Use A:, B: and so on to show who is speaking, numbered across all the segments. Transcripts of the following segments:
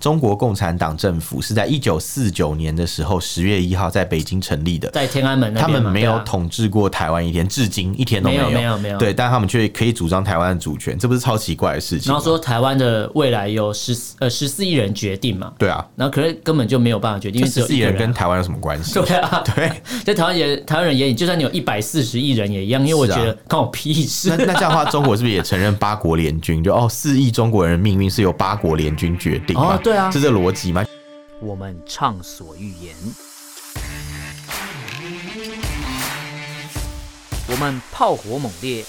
A: 中国共产党政府是在一九四九年的时候十月一号在北京成立的，
B: 在天安门那
A: 他
B: 边嘛
A: 们没有
B: 对啊
A: 统治过台湾一天，至今一天都有，
B: 没有没有没有
A: 对，但他们却可以主张台湾的主权，这不是超奇怪的事情
B: 然
A: 吗？
B: 后说台湾的未来由十呃十四亿人决定嘛，
A: 对啊，
B: 然后可是根本就没有办法决定，
A: 这
B: 因为只
A: 十
B: 有
A: 四亿
B: 一个
A: 人跟
B: 人啊。
A: 台湾有什么 关系？
B: 对啊，
A: 对，
B: 在台湾人台湾人眼里，就算你有一百四十亿人也一样，因为我
A: 是
B: 觉
A: 啊
B: 得关我屁事
A: 那。那这样的话，中国是不是也承认八国联军？就哦，四亿中国人的命运是由八国联军决定嘛
B: 哦对啊
A: 是这逻辑吗？
C: 我们畅所欲言；我们炮火猛烈；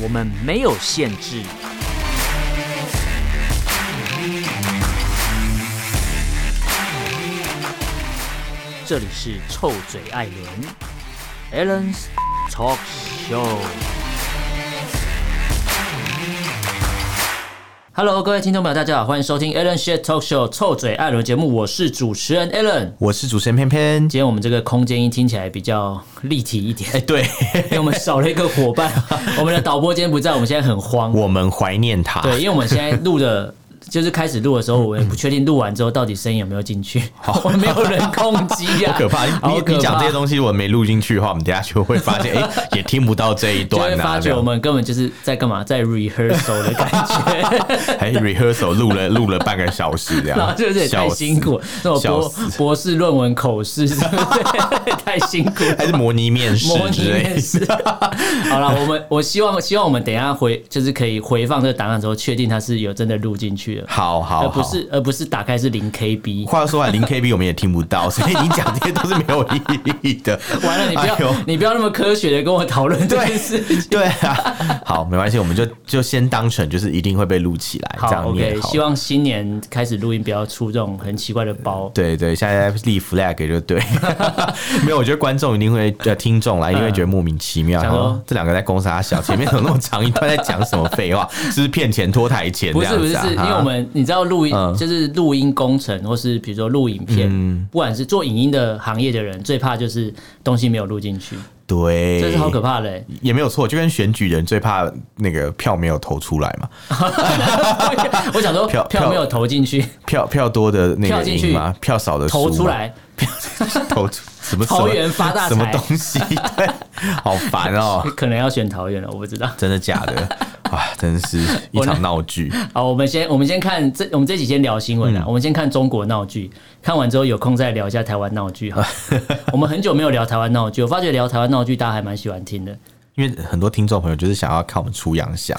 C: 我们没有限制。这里是臭嘴艾伦 （Allen's Talk Show）。
B: Hello，各位听众朋友，大家好，欢迎收听 Alan Shit Talk Show 臭嘴艾伦节目，我是主持人 Alan。
A: 我是主持人偏偏。
B: 今天我们这个空间音听起来比较立体一点，
A: 哎，对，
B: 因为我们少了一个伙 伴，我们的导播今天不在，我们现在很慌。
A: 我们怀念他。
B: 对，因为我们现在录的，就是开始录的时候，我也不确定录完之后到底声音有没有进去，我们没有人控机呀、
A: 好 可怕！你
B: 好可
A: 你讲这些
B: 西。
A: 东西，我没录进去的话，我们等一下就会发 现，哎、也听不到这一
B: 就会
A: 段
B: 发
A: 啊。
B: 觉
A: 这
B: 我
A: 样，
B: 们根本就是在干嘛，在 rehearsal 的感 觉，
A: 还 rehearsal 录了录了半个小时这样，
B: 然后就是也太
A: 笑死
B: 辛苦，那种
A: 笑
B: 博
A: 死
B: 博士论文口试， 是不是太辛苦了，
A: 还是模拟面试
B: 模拟
A: 之类
B: 面。试。 好了，我们我希望希望我们等一下回就是可以回放这个档案之后，确定它是有真的录进去了，
A: 好
B: 而
A: 好
B: 呃不
A: 好。
B: 是而不是打开是零 KB。
A: 话又说回来，零 KB 我们也听不到， 所以你讲这些都是没有意义的。
B: 完了，你不要、
A: 哎 呦
B: 你不要那么科学的跟我讨论这件
A: 对
B: 事。
A: 对啊，好，没关系，我们就就先当成就是一定会被录起来，这
B: 好
A: 样念
B: ，OK，
A: 好
B: 希。望新年开始录音不要出这种很奇怪的包。
A: 对对，现在立 flag 就对， 没有，我觉得观众一定会，呃，听众啦，一定
B: 嗯
A: 会觉得莫名其妙，
B: 想
A: 然
B: 说
A: 后这两个在攻杀小，前面有那么长 一段在讲什么废话，是不是骗钱拖台钱
B: 不
A: 这
B: 是
A: 样
B: 不是，
A: 子啊？
B: 是因为我们你知道录音、
A: 嗯
B: 就是录音工程，或是比如说录影片，不管是做影音的行业的人，最怕就是东西没有录进去，
A: 对，
B: 这是好可怕 的、欸。
A: 也没有错，就跟选举人最怕那个票没有投出来嘛，
B: 我想说
A: 票
B: 票
A: 票
B: 没有投进去，
A: 票票多的那
B: 票
A: 个
B: 进去
A: 赢嘛，票少的输
B: 投
A: 嘛
B: 出，来，
A: 投出什么什
B: 桃
A: 么
B: 园发大
A: 什么
B: 财
A: 东西，对，好烦哦、
B: 可能要选桃园了，我不知道。
A: 真的假 的？哇，真是一场闹剧。
B: 好，我们先我们先看这，我们这几天聊新闻
A: 嗯
B: 啊啦、我们先看中国闹剧，看完之后有空再聊一下台湾闹 剧哈。我们很久没有聊台湾闹剧，我发觉聊台湾闹剧大家还蛮喜欢听的。
A: 因为很多听众朋友就是想要看我们出洋相，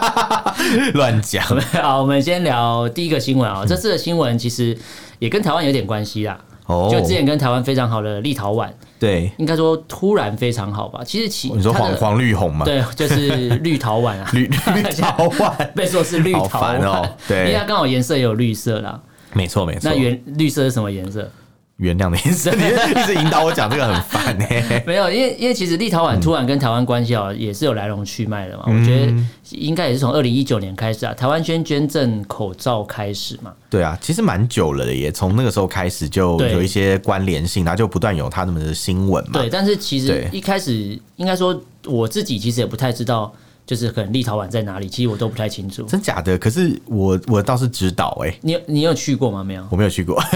A: 乱 讲。
B: 好，我们先聊第一个新闻
A: 嗯
B: 啊、这次的新闻其实也跟台湾有点关系啦。
A: 哦
B: 就之前跟台湾非常好的立陶宛，
A: 对，
B: 应该说突然非常好吧？其实其
A: 你说黄
B: 它的
A: 黄绿红嘛，
B: 对，就是绿陶宛 啊，
A: 绿绿桃万，
B: 被说是绿
A: 好
B: 陶
A: 烦
B: 宛
A: 哦
B: 因
A: 对
B: 为它刚好颜色也有绿色啦。
A: 没错没错。
B: 那原绿色是什么颜色？
A: 原谅的意思，你 一直引导我讲这个很烦欸呢、
B: 没有，因为因为其实立陶宛突然跟台湾关系啊，也是有来龙去脉的
A: 嗯
B: 嘛。我觉得应该也是从二零一九年开始啊，台湾先捐赠口罩开始嘛。
A: 对啊，其实蛮久了的耶，从那个时候开始就
B: 对
A: 有一些关联性，然后就不断有他们的新闻嘛。
B: 对，但是其实
A: 对
B: 一开始应该说我自己其实也不太知道，就是可能立陶宛在哪里，其实我都不太清楚。
A: 真假的？可是我我倒是知道哎、
B: 你有你有去过吗？没有。
A: 我没有去过，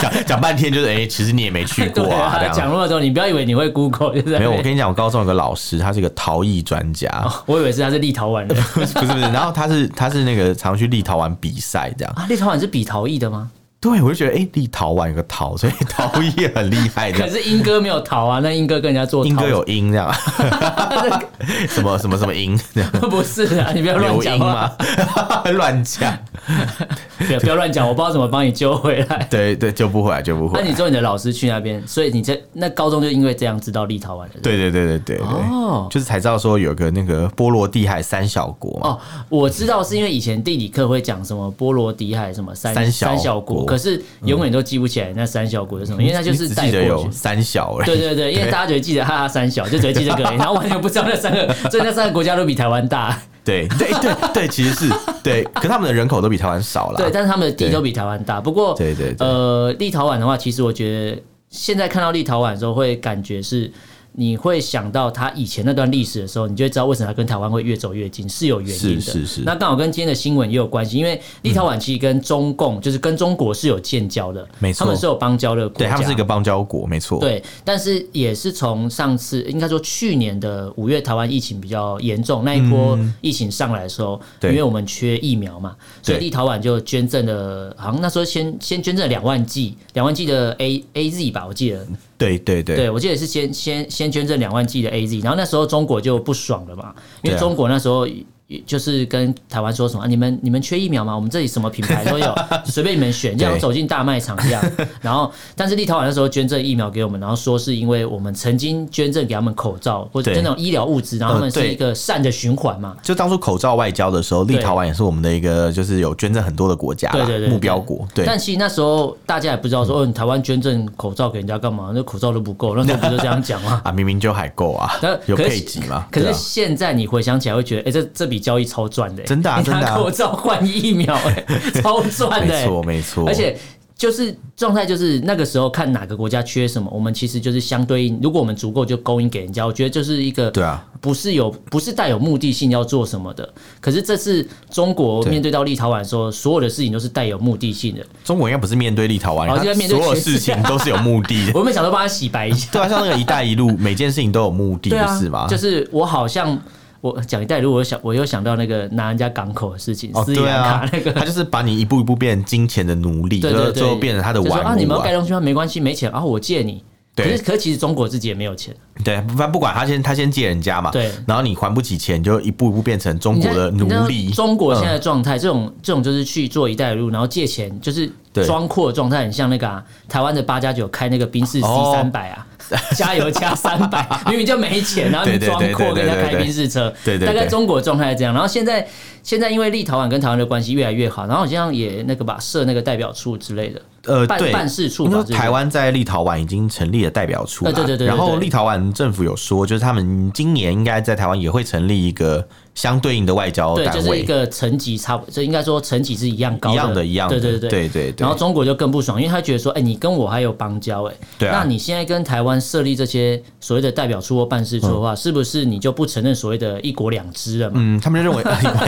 A: 讲讲半天就是哎、其实你也没去过啊，这
B: 对
A: 样
B: 讲那么多，你不要以为你会 Google，就是在
A: 没有，我
B: 那边
A: 跟你讲，我高中有个老师，他是个陶艺专家，
B: 我以为是他是立陶宛人
A: 不是不是，然后他是他是那个常去立陶宛比赛这样。
B: 啊。立陶宛是比陶艺的吗？
A: 对，我就觉得哎、诶立陶宛有个陶， 所以陶艺也很厉害这
B: 可
A: 样。
B: 是英哥没有陶啊，那英哥跟人家做陶，
A: 英哥有音这样，什么什么什么音，这样
B: 不是啊？你不要 乱
A: 刘
B: 讲
A: 英
B: 话。
A: 吗？ 乱讲，
B: 不要不要乱讲，我不知道怎么帮你救回来。
A: 对对，救不回来，救 不回啊
B: 那
A: 来
B: 你。说你的老师去那边，所以你在那高中就因为这样知道立陶宛的。
A: 对对对对对对，
B: 哦
A: 就是才知道说有个那个波罗的海三小国嘛，
B: 哦，我知道是因为以前地理课会讲什么波罗的海什么三
A: 三小
B: 国，
A: 国嗯
B: 可是永远都记不起来那三小国是什么，因为那就
A: 你
B: 是
A: 只
B: 带
A: 记得
B: 过
A: 有
B: 去。
A: 三小而欸已。
B: 对对对，因为大家只会记得哈哈三小，就只会 记这个而已，然后完全不知道那三个，所以那三个国家都比台湾大，
A: 对对对对，其实是对，可他们的人口都比台湾少啦。
B: 对，但是他们的地
A: 对
B: 都比台湾大。不过，
A: 对对对
B: 呃，立陶宛的话，其实我觉得现在看到立陶宛的时候，会感觉是你会想到他以前那段历史的时候，你就会知道为什么他跟台湾会越走越近是有原因的。
A: 是是是
B: 那刚好跟今天的新闻也有关系，因为立陶宛其实跟中共、就是跟中国是有建交的，
A: 嗯没错
B: 他们是有邦交的国
A: 对
B: 家。
A: 他们是一个邦交国，没错。，
B: 对，但是也是从上次，应该说去年的五月，台湾疫情比较严重，那一波疫情上来的时候，
A: 嗯对
B: 因为我们缺疫苗嘛，所以
A: 对
B: 立陶宛就捐赠了，好像那时候先先捐赠了两万剂，两万剂的 A A Z 吧，我记得，
A: 对对对
B: 对我记得是先先先捐赠两万剂的 A Z，然后那时候中国就不爽了嘛，因
A: 对
B: 为
A: 啊
B: 中国那时候。就是跟台湾说什么、啊你们你们缺疫苗吗？我们这里什么品牌都 有，随便你们选，这样
A: 对
B: 走进大卖场一样。然后，但是立陶宛那时候捐赠疫苗给我们，然后说是因为我们曾经捐赠给他们口罩或者
A: 对
B: 那种医疗物资，然后他们
A: 呃对
B: 是一个善的循环嘛。
A: 就当初口罩外交的时候，立陶宛也是我们的一个就是有捐赠很多的国家啦，
B: 对对对对
A: 目标国。对，
B: 但其实那时候大家也不知道说，哦，你台湾捐赠口罩给人家干嘛？那口罩都不够，那时候不就这样讲吗？
A: 啊，明明就还够啊
B: 那，
A: 有
B: 可是
A: 配给嘛？
B: 可
A: 对
B: 是
A: 啊
B: 现在你回想起来会觉得，哎、这这笔交易超赚的、欸
A: 真的啊
B: 你拿
A: 真的啊
B: 口罩换疫苗、欸， 超赚的、欸
A: 没错没错，
B: 而且。就是状态，就是那个时候看哪个国家缺什么，我们其实就是相对应。如果我们足够，就供应给人家。我觉得就是一个
A: 对啊，
B: 不是有不是带有目的性要做什么的。可是这次中国
A: 对
B: 面对到立陶宛的时候，所有的事情都是带有目的性的。
A: 中国应该不是面对立陶宛，
B: 哦现在
A: 他
B: 面对
A: 所有
B: 全世
A: 事情都是有目的 的。
B: 我们想说帮他洗白一下，
A: 对啊，像那个“一带一路”，每件事情都有目的，
B: 对啊
A: 不是吗？
B: 就是我好像我讲一带，如果想我又想到那个拿人家港口的事情，
A: 哦，
B: 斯里
A: 对
B: 兰卡
A: 啊
B: 那个，，
A: 他就是把你一步一步变成金钱的奴 隶，
B: 对
A: 最后
B: 对
A: 最
B: 对，
A: 后变成他的
B: 就说
A: 玩物
B: 啊，你们要盖东西吗？没关系，没钱啊，我借你。可
A: 对
B: 是，可是其实中国自己也没有钱，
A: 对，反正不管他先他先借人家嘛，
B: 对
A: 然后你还不起钱，就一步一步变成中
B: 你
A: 国
B: 看
A: 的
B: 你知
A: 奴
B: 道
A: 隶。嗯
B: 中国现在的状态，这种这种就是去做“一带一路”，然后借钱，就是
A: 对
B: 装阔的状态，很像那个啊，台湾的八加九开那个宾士 C 三百啊，
A: 哦
B: 加油加三百，明明就没钱，然后
A: 对
B: 你
A: 对
B: 装
A: 对
B: 阔
A: 对
B: 跟人家
A: 对
B: 开
A: 对
B: 宾士车，
A: 对对
B: 大概
A: 对
B: 中国的状态是这样。然后现在现在因为立陶宛跟台湾的关系越来越好，然后好像也那个吧设那个代表处之类的，
A: 呃，
B: 办
A: 对，
B: 办事处吧
A: 因为
B: 这个
A: 台湾在立陶宛已经成立了代表处嘛，
B: 呃对对对对
A: 然后
B: 对
A: 立陶宛政府有说，就是他们今年应该在台湾也会成立一个相对应的外交
B: 对，
A: 哦单
B: 就是一
A: 位，
B: 个层级差不，就应该说层级是一样高
A: 一样的，一样的，
B: 对对对。
A: 对对对
B: 然后。中国就更不爽，因为他觉得说，哎、你跟我还有邦交、哎，
A: 对啊
B: 那你现在跟台湾设立这些所谓的代表处或办事处的话，是不是你就不承认所谓的一国两制了嘛？
A: 嗯，他们 就认为， 哎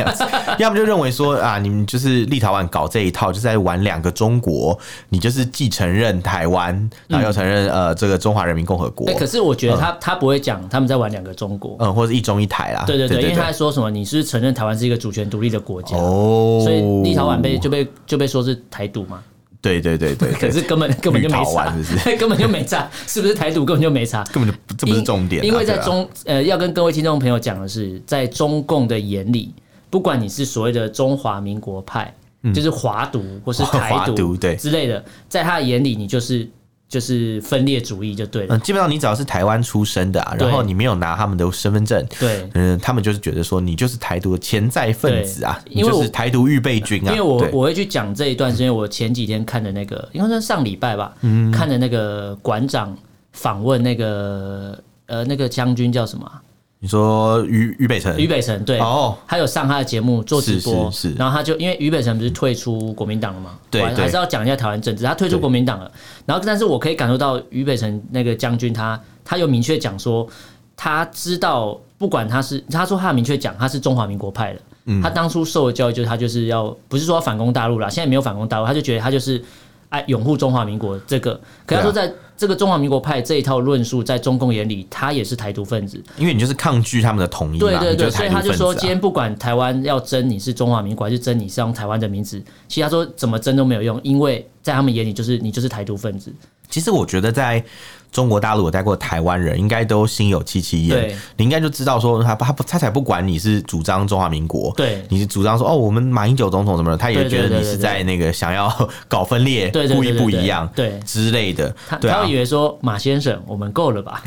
A: 要么就认为说啊，你们就是立陶宛搞这一套，就是在玩两个中国，你就是既承认台湾，然后又承认、呃这个中华人民共和国
B: 哎、，可是我觉得他、他不会讲他们在玩两个中国，
A: 嗯嗯，或者一中一台啦，
B: 对对
A: 对
B: 对，因为他还说什么，你是不是承认台湾是一个主权独立的国家？
A: 哦，
B: 所以立陶宛被就被就被说是台独嘛，
A: 对对对 对，
B: 可
A: 对
B: 是根本根本就没
A: 绿陶
B: 差
A: 宛，是不
B: 根本就没差，是不是台独根本就没差？
A: 根本就这不是重点啊，
B: 因因为在
A: 对啊
B: 中、呃，要跟各位听众朋友讲的是，在中共的眼里，不管你是所谓的中华民国派，就是华独 或是
A: 嗯
B: 台
A: 华
B: 独
A: 独对
B: 之类的，在他的眼里，你就是就是分裂主义就对了。
A: 嗯，基本上你只要是台湾出生的啊，然后
B: 对
A: 你没有拿他们的身份证，
B: 对
A: 嗯，他们就是觉得说你就是台独的潜在分子啊，
B: 对
A: 你
B: 因为
A: 就
B: 我
A: 是台独预备军啊，
B: 因为我
A: 对
B: 我会去讲这一段，是因为我前几天看的那个，应该算上礼拜吧，
A: 嗯
B: 看的那个馆长访问那个呃那个将军叫什么啊
A: 你说俞俞北辰，
B: 俞北辰，对，
A: 哦
B: 他有上他的节目做直播，
A: 是是是
B: 然后他就因为俞北辰不是退出国民党了嘛，
A: 对
B: 我还
A: 对
B: 还是要讲一下台湾政治，他退出国民党了，然后但是我可以感受到俞北辰那个将军他他有明确讲说，他知道不管他是他说他明确讲他是中华民国派的。
A: 嗯
B: 他当初受的教育就是他就是要不是说要反攻大陆啦，现在没有反攻大陆，他就觉得他就是爱拥护中华民国这个。可他说在这个中华民国派这一套论述，在中共眼里，他也是台独分子。
A: 因为你就是抗拒他们的统一嘛，啊
B: 对对
A: 你就
B: 对，
A: 是
B: 所以
A: 台
B: 他
A: 独
B: 就
A: 分
B: 说，今
A: 子啊。
B: 天不管台湾要争你是中华民国，还是争你是用台湾的名字，其实他说怎么争都没有用，因为在他们眼里就是你就是台独分子。
A: 其实我觉得在中国大陆有待过的台湾人，应该都心有戚戚
B: 对
A: 焉，你应该就知道说他他不他才不管你是主张中华民国，
B: 对
A: 你是主张说哦我们马英九总统什么的，他也
B: 对对
A: 觉得
B: 对
A: 你
B: 对
A: 是
B: 对
A: 在那个想要搞分裂，
B: 对对对
A: 故意
B: 对
A: 不
B: 对
A: 一样，
B: 对
A: 之类的
B: 他，
A: 对
B: 他
A: 啊
B: 会以。为说马先生，我们够 了吧？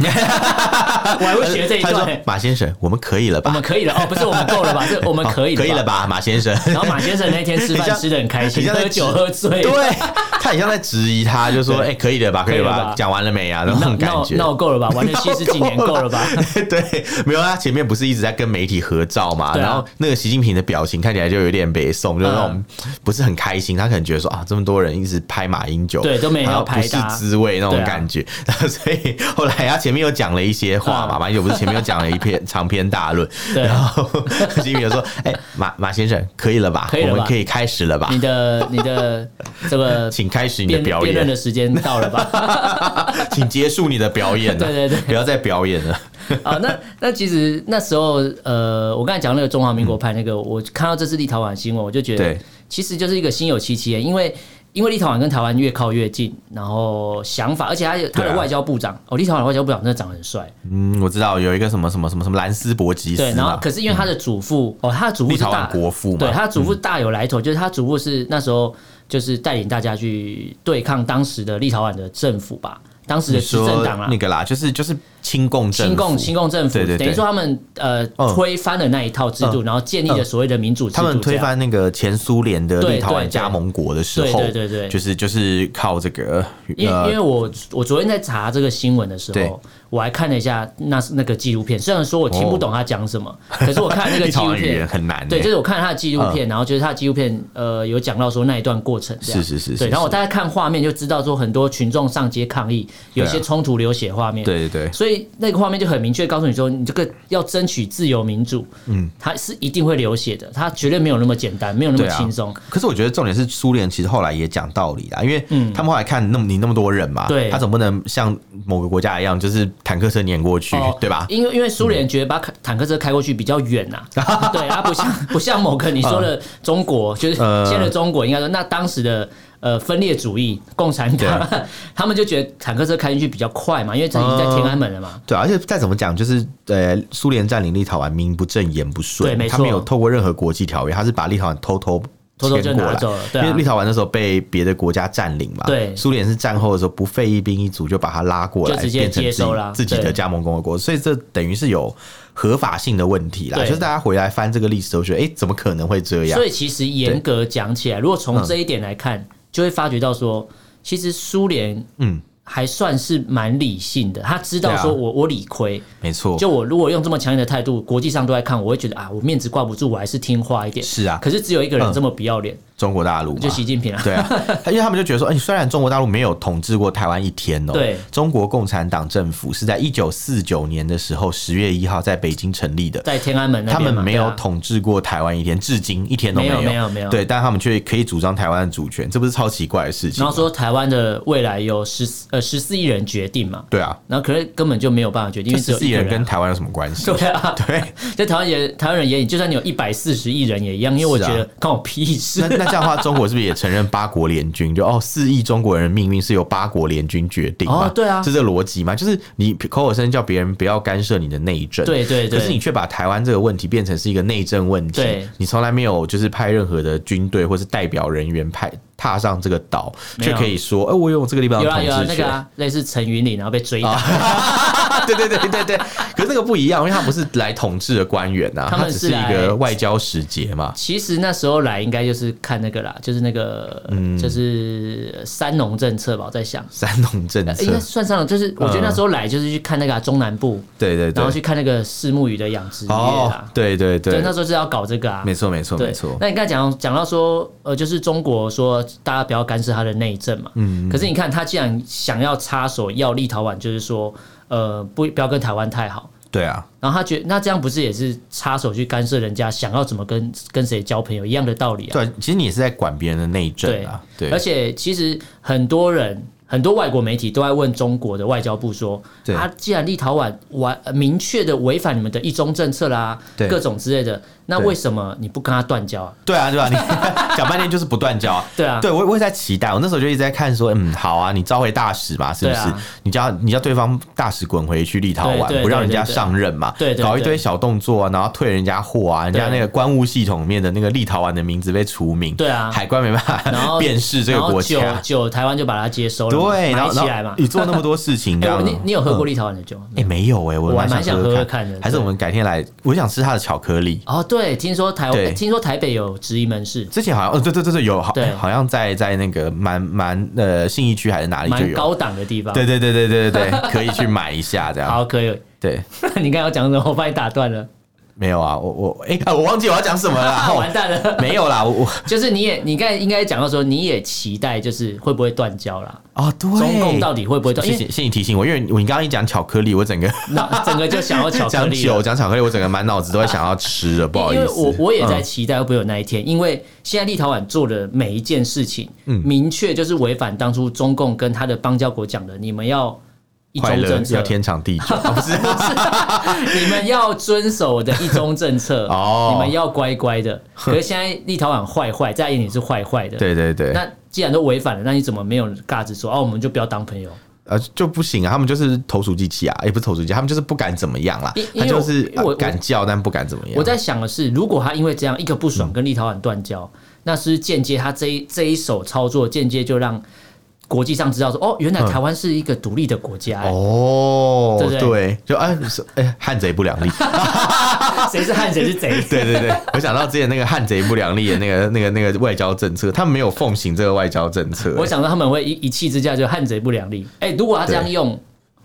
B: 我还会学这一
A: 他
B: 段、
A: 说：“马先生，我们可以了
B: 我
A: 吧？哦
B: 们可以了哦，不是我们 够了吧？是我们可以
A: 可以了
B: 吧？
A: 吧，马先生。”
B: 然后马先生那天吃
A: 很
B: 饭
A: 像
B: 吃的很开心，
A: 很像在
B: 喝酒喝 醉，
A: 对，啊他很像在质疑他，就说：“哎、可以了吧，可以了
B: 可以了
A: 吧
B: 吧，
A: 讲完了没啊？”那
B: 闹
A: 种感
B: 闹
A: 觉。
B: 闹 够了吧？玩了七十几年够了吧？
A: 对，没有他啊前面不是一直在跟媒体合照嘛，
B: 对啊
A: 然后那个习近平的表情看起来就有点悲送，就是那种
B: 嗯
A: 不是很开心，他可能觉得说啊，这么多人一直拍马英九，
B: 对都没人
A: 然后
B: 要拍
A: 不是
B: 他
A: 滋味那种
B: 对啊
A: 感觉，然后所以后来他前面又讲了一些话， 话嘛，马英九不是前面又讲了一篇长篇大论，
B: 啊对
A: 然后 金宇就说：“哎、马马先生，可以了吧？
B: 可以了吧
A: 我们可以开始了吧
B: 你？的你的这个
A: 请开始 你的
B: 辩
A: 表
B: 辩论
A: 演，
B: 的时间到了吧？
A: 请结束你的表演了，
B: 对对对
A: 不要再表演了。
B: 啊，那那其实那时候呃，我刚才讲那个中华民国派那个，我看到这次立陶宛的新闻，我就觉
A: 嗯
B: 得
A: 对
B: 其实就是一个心有戚戚焉，因为。因为立陶宛跟台湾越靠越近，然后想法，而且他有他
A: 对
B: 的
A: 啊
B: 外交部长、哦，立陶宛的外交部长真的长得很帅，
A: 嗯，我知道有一个什么什么什么什么兰斯伯吉斯
B: 对，然后
A: 嘛
B: 可是因为他的祖父、哦，他的祖父
A: 嗯立
B: 是
A: 陶宛
B: 大
A: 国父嘛嗯
B: 对，他的祖父大有来头，就是他祖父是那时候就是带领大家去对抗当时的立陶宛的政府吧，当时
A: 你
B: 的执
A: 说
B: 政党啦
A: 那，个啦，就是就是亲共政府，
B: 亲共亲共政府，
A: 对对对
B: 等于说他们呃
A: 嗯
B: 推翻了那一套制度，然后建立了所谓的民主制度，
A: 他们推翻那个前苏联的
B: 对
A: 立陶宛
B: 对对
A: 加盟国的时候，
B: 对对对对
A: 就是就是靠这个
B: 这样。因为因
A: 呃
B: 为我我昨天在查这个新闻的时
A: 对
B: 候，我还看了一下那那个纪录片，虽然说我听不懂他讲什么，
A: 哦
B: 可是我看了那个
A: 立
B: 纪
A: 陶
B: 录
A: 宛语
B: 片
A: 言，很难欸，
B: 对，就是我看了他的纪录
A: 嗯
B: 片，然后就是他的纪录片，呃，有讲到说那一段过程这样，
A: 是是是是
B: 对，然后我
A: 是
B: 大概看画面就知道说很多群众上街抗议，有一些
A: 对啊
B: 冲突流血画面，
A: 对对对，
B: 所以那个画面就很明确告诉你说，你这个要争取自由民主，嗯，它是一定会流血的，它绝对没有那么简单，没有那么
A: 对啊
B: 轻松。
A: 可是我觉得重点是苏联其实后来也讲道理啦，因为他们后来看那么你那么多人嘛，
B: 嗯对
A: 他总不能像某个国家一样，就是坦克车碾过去，
B: 哦
A: 对吧？
B: 因为因为苏联觉得把坦坦克车开过去比较远 呐、啊，对，它不像不像某个你说的中国，就是
A: 呃
B: 现在的中国应该说，那当时的呃分裂主义共产党， 他们就觉得坦克车开进去比较快嘛，因为这已经在天安门了嘛，
A: 对啊，而且再怎么讲，就是呃，苏联占领立陶宛，名不正言不顺，
B: 对没
A: 他
B: 错
A: 没有透过任何国际条约，他是把立陶宛偷偷。
B: 偷偷就
A: 迁过
B: 拿
A: 来
B: 走了对啊
A: 因为立陶宛那时候被别的国家占领嘛，
B: 对
A: 苏联是战后的时候不费一兵一卒就把它拉过来，
B: 就直接
A: 变成
B: 接
A: 自己
B: 收啦
A: 自己的
B: 对
A: 加盟共和国，所以这等于是有合法性的问题啦。
B: 对
A: 就是大家回来翻这个历史，都觉得哎、诶怎么可能会这样嗯
B: 所？以其实严格讲起来，如果从这一点来看，就会发觉到说，其实苏联
A: 嗯，
B: 还算是蛮理性的，他知道
A: 对
B: 说
A: 啊哦
B: 我、我理亏，
A: 没错，
B: 就我如果用这么强硬的态度，国际上都在看，我会觉得啊，我面子挂不住，我还是听话一点。
A: 是啊
B: 可是只有一个人这么不要脸，
A: 中国大陆嘛
B: 就习近平 啊。
A: 对啊，因为他们就觉得说，哎、虽然中国大陆没有统治过台湾一天哦、
B: 对
A: 中国共产党政府是在一九四九年的时候十月一号在北京成立的。
B: 在天安门那
A: 他
B: 边嘛
A: 们没有
B: 对啊
A: 统治过台湾一天，至今一天都有，
B: 没有没有没有
A: 对，但他们却可以主张台湾的主权，这不是超奇怪的事情
B: 然
A: 吗？
B: 后说台湾的未来有十呃十四亿人决定嘛，
A: 对啊，
B: 然后可是根本就没有办法决定，
A: 这
B: 因为只
A: 十
B: 有
A: 四亿
B: 一个
A: 人跟
B: 人啊。
A: 台湾有什么关系？
B: 对啊，
A: 对，
B: 在台湾人台湾人眼里，就算你有一百四十亿人也一样，因为我
A: 是啊
B: 觉得关我屁事
A: 那。那这样的话，中国是不是也承认八国联军？就哦，四亿中国人的命运是由八国联军决定嘛？
B: 哦对啊
A: 是这个逻辑嘛？就是你口口声声叫别人不要干涉你的内政，
B: 对对对
A: 可是你却把台湾这个问题变成是一个内政问题，
B: 对
A: 你从来没有就是派任何的军队或是代表人员派踏上这个岛，
B: 没有
A: 却可以说，哎、我有这个地方
B: 有
A: 的
B: 啊
A: 统
B: 有啊，
A: 治
B: 那个
A: 权。
B: 啊，类似陈云林然后被追
A: 啊
B: 打，
A: 对对对对对，可是那个不一样，因为他不是来统治的官员呐、啊，
B: 他们
A: 只
B: 是
A: 是一
B: 来
A: 个外交使节嘛。
B: 其实那时候来应该就是看那个啦，就是那个、
A: 嗯
B: 就是三农政策吧，我在想，
A: 三农政
B: 呃应该
A: 策，
B: 算上了。就是我觉得那时候来就是去看那个啊、中南部，
A: 对嗯对对
B: 然后，去看那个四目鱼的养殖业
A: 哦
B: 啦。，
A: 对对
B: 对，
A: 对
B: 那，时候是要搞这个啊。
A: 没错，没错，
B: 对
A: 没错。
B: 那你刚才讲讲到说，呃，就是中国说大家不要干涉他的内政嘛。嗯。可是你看，他既然想要插手要立陶宛，就是说，呃，不不要跟台湾太好。
A: 对啊，
B: 然后他觉那这样不是也是插手去干涉人家想要怎么跟跟谁交朋友一样的道理啊？
A: 对啊，其实你也是在管别人的内政啊，对，
B: 而且其实很多人。很多外国媒体都在问中国的外交部说：“
A: 对
B: 啊，既然立陶宛完呃明确的违反你们的一中政策啦，
A: 对
B: 各种之类的，那
A: 对
B: 为什么你不跟他断交啊
A: 对啊，对吧、你 讲半天就是不断交啊。
B: 对啊
A: 对我我也在期待，我那时候就一直在看说，嗯，好啊，你召回大使嘛，是不是？
B: 对啊
A: 你叫你叫对方大使滚回去立陶
B: 对对
A: 宛，
B: 对
A: 不让人家上任嘛，
B: 对对对
A: 搞一堆小动作啊，然后退人家货啊，人家那个官务系统里面的那个立陶宛的名字被除名，
B: 对啊
A: 海关没办
B: 然
A: 法
B: 后
A: 辨识这个
B: 然后
A: 国
B: 酒
A: 家，
B: 酒台湾就把它接收了嘛，
A: 对，然
B: 买
A: 后
B: 起来
A: 然
B: 嘛
A: 后。你做那么多事 情，这
B: 哎
A: 样
B: 我你你有喝过立陶宛的酒？
A: 哎、没有哎、我
B: 嗯我还蛮
A: 想
B: 想喝
A: 喝
B: 喝看的
A: 还是我们改天来，我想吃它的巧克力。
B: 哦，对，听说台
A: 对
B: 哎听说台北有直营门市，
A: 之前好像，哦，对对对对，有好
B: 对，
A: 好像在在那个蛮蛮呃信义区还是哪里就
B: 蛮
A: 有，
B: 高档的地方。
A: 对对 对对对对对，可以去买一下这样。
B: 好，可以。
A: 对，
B: 你刚才要讲什么？我把你打断了。，
A: 没有啊，我我哎、啊我忘记啊我要讲什么了啦 哦
B: 完蛋了。
A: 没有啦，我我
B: 就是你也，你刚才应该讲到说，你也期待就是会不会断交啦？
A: 哦，对，
B: 中共到底会不 会断？
A: 谢
B: 因
A: 谢
B: 为
A: 谢你提醒我，因为我你刚刚一讲巧克力，我整个
B: 那整个就想要巧克
A: 讲
B: 力了
A: 酒。讲巧克力，我整个满脑子都在想要吃了，不好意
B: 因为
A: 思，嗯
B: 我我也在期待会不会有那一天，因为现在立陶宛做的每一件事情，
A: 嗯
B: 明确就是违反当初中共跟他的邦交国讲的，你们要一
A: 快
B: 中
A: 乐
B: 政策
A: 要，天长地久，啊不是
B: 你们要遵守我的一中政 策，
A: 哦
B: 你们要乖乖 的。可是现在立陶宛坏坏，在他眼里是坏坏的。
A: 对对对，
B: 那既然都违反了，那你怎么没有尬子说哦，我们就不要当朋友？
A: 呃就不行啊，他们就是投鼠忌器啊，也不是投鼠忌器，他们就是不敢怎么样啦
B: 因，因
A: 他
B: 为
A: 就
B: 我
A: 是
B: 因为我
A: 呃敢叫但不敢怎么样。嗯
B: 我在想的是，如果他因为这样一个不爽跟立陶宛断交，那是间接他这一这一手操作，间接就让国际上知道说，哦，
A: 嗯
B: 原来台湾是一个独立的国家、欸，
A: 哦，
B: 对不对
A: 就哎是哎汉贼不 两立，
B: 谁、是汉谁 是贼。
A: 对对对，我想到之前那个汉贼不两立的那个那个那个外交政策，他们没有奉行这个外交政策，
B: 我想到他们会一一气之下就汉贼不两立。哎、如果他这样用，我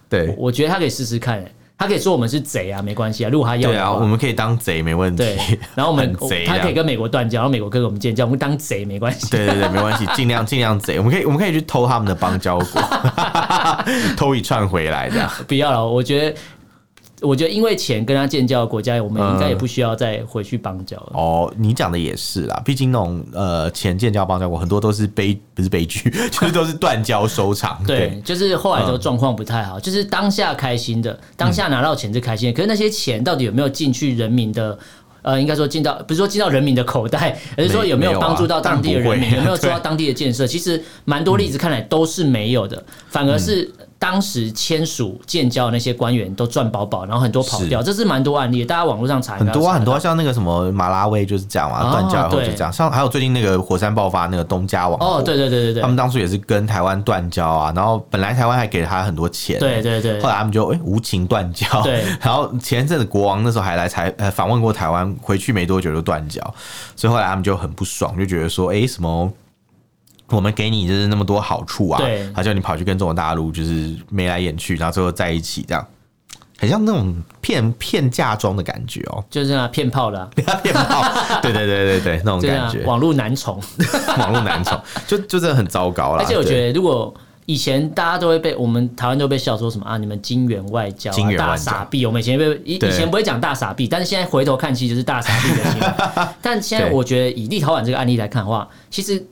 A: 对。
B: 我觉得他可以试试看、欸，他可以说我们是贼啊，没关系啊。如果他要
A: 对
B: 的
A: 啊，
B: 话
A: 我们可以当贼没问
B: 对
A: 题。
B: 然后我们
A: 很贼啊
B: 他可以跟美国断交，然后美国跟我们建交，我们当贼没关系。啊
A: 对对对，没关系，尽量尽量贼，我们可以我们可以去偷他们的邦交国， 偷一串回来这样。
B: 不要了，我觉得。我觉得，因为钱跟他建交的国家，我们应
A: 嗯
B: 该也不需要再回去邦交了。
A: 哦，你讲的也是啦，毕竟那种呃前建交邦交国很多都是悲不是悲剧， 就是都是断交收场。
B: 对，就是后来都状况不太好，就是当下开心
A: 嗯
B: 的，当下拿到钱是开心的，可是那些钱到底有没有进去人民的？呃，应该说进到不是说进到人民的口袋，而是说
A: 没
B: 有没
A: 没有
B: 有
A: 啊
B: 帮助到当地的人民，
A: 当然不会
B: 有没有做到当地的建设？其实蛮多例子看来都是没有的，反而是
A: 嗯
B: 当时签署建交的那些官员都赚饱饱，然后很多跑掉，这是蛮多案例的，大家网络上查应
A: 很
B: 该
A: 多啊，
B: 查
A: 很
B: 得
A: 多
B: 到
A: 啊，像那个什么马拉维就是这样嘛，
B: 哦
A: 断交以后就
B: 对
A: 这样。像还有最近那个火山爆发那个东加网
B: 哦，对对对对
A: 他
B: 对
A: 们当初也是跟台湾断交啊，然后本来台湾还给了他很多钱，
B: 对对对
A: 后来他们就哎、诶无情断交，
B: 对
A: 然后前一阵子国王那时候还来台呃访问过台湾，回去没多久就断交，所以后来他们就很不爽，就觉得说哎、诶什么。我们给你就是那么多好处啊
B: 对，
A: 他叫你跑去跟中国大陆就是眉来眼去，然后最后在一起这样，很像那种骗骗嫁妆的感觉哦、
B: 就是那骗炮的啊，
A: 骗 炮，对对对对对，那种
B: 就是
A: 感
B: 啊
A: 觉，
B: 网络男宠。
A: 网络男宠，就就真的很糟糕啦。
B: 而且我
A: 对
B: 觉得，如果以前大家都会被我们台湾都被笑说什么啊，你们金元外交、
A: 金
B: 啊、
A: 元外交
B: 大傻逼，我们以前被以
A: 对
B: 以前不会讲大傻逼，但是现在回头看，其实就是大傻逼的行为。 但现在
A: 对
B: 我觉得，以立陶宛这个案例来看的话，其实。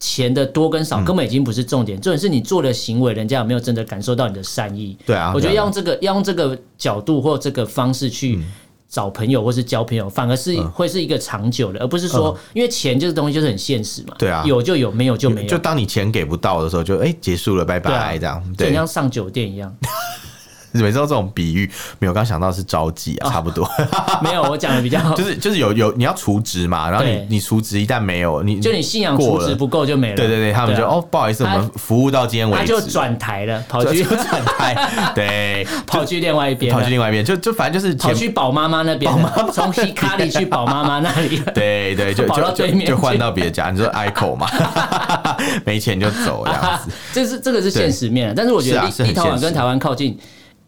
B: 钱的多跟少根本已经不是重
A: 嗯
B: 点，重点是你做的行为，人家有没有真的感受到你的善意？
A: 对啊
B: 我
A: 对
B: 觉
A: 啊
B: 得要用这个要用这个角度或这个方式去找朋友或是交朋友，反而是
A: 嗯
B: 会是一个长久的，而不是说因为钱这个东西就是很现实嘛，
A: 对啊
B: 有就有，没有就没有，
A: 就当你钱给不到的时候，就哎、结束了，拜
B: 对啊
A: 拜，这样。
B: 就
A: 对，
B: 像上酒店一样。
A: 每次都这种比喻，没有，我刚想到是招妓啊，差不多，
B: 没有，我讲的比较，
A: 就
B: 就是
A: 就是有有你要除职嘛，然后你
B: 对
A: 你除职一旦没有，你
B: 你信仰储值不够就没了。
A: 对对对，他们就、
B: 啊
A: 哦，不好意思，我
B: 他
A: 们服务到今天为
B: 他
A: 止，
B: 就转台了，跑 去
A: 就转 台，对，
B: 跑去另外一边了，
A: 跑去另外一边，就就反正就是
B: 跑
A: 钱。
B: 去宝妈妈那边了，从希卡里去宝妈妈那里。
A: 对对，就
B: 跑
A: 就
B: 到对
A: 就
B: 面
A: 就
B: 去
A: 换到别的家，你说 ICO 嘛， 没钱就走这样子。
B: 这是这个是现实面，但是我觉
A: 是
B: 得
A: 啊
B: 立
A: 是很
B: 立陶
A: 现
B: 宛
A: 实
B: 跟台湾靠近，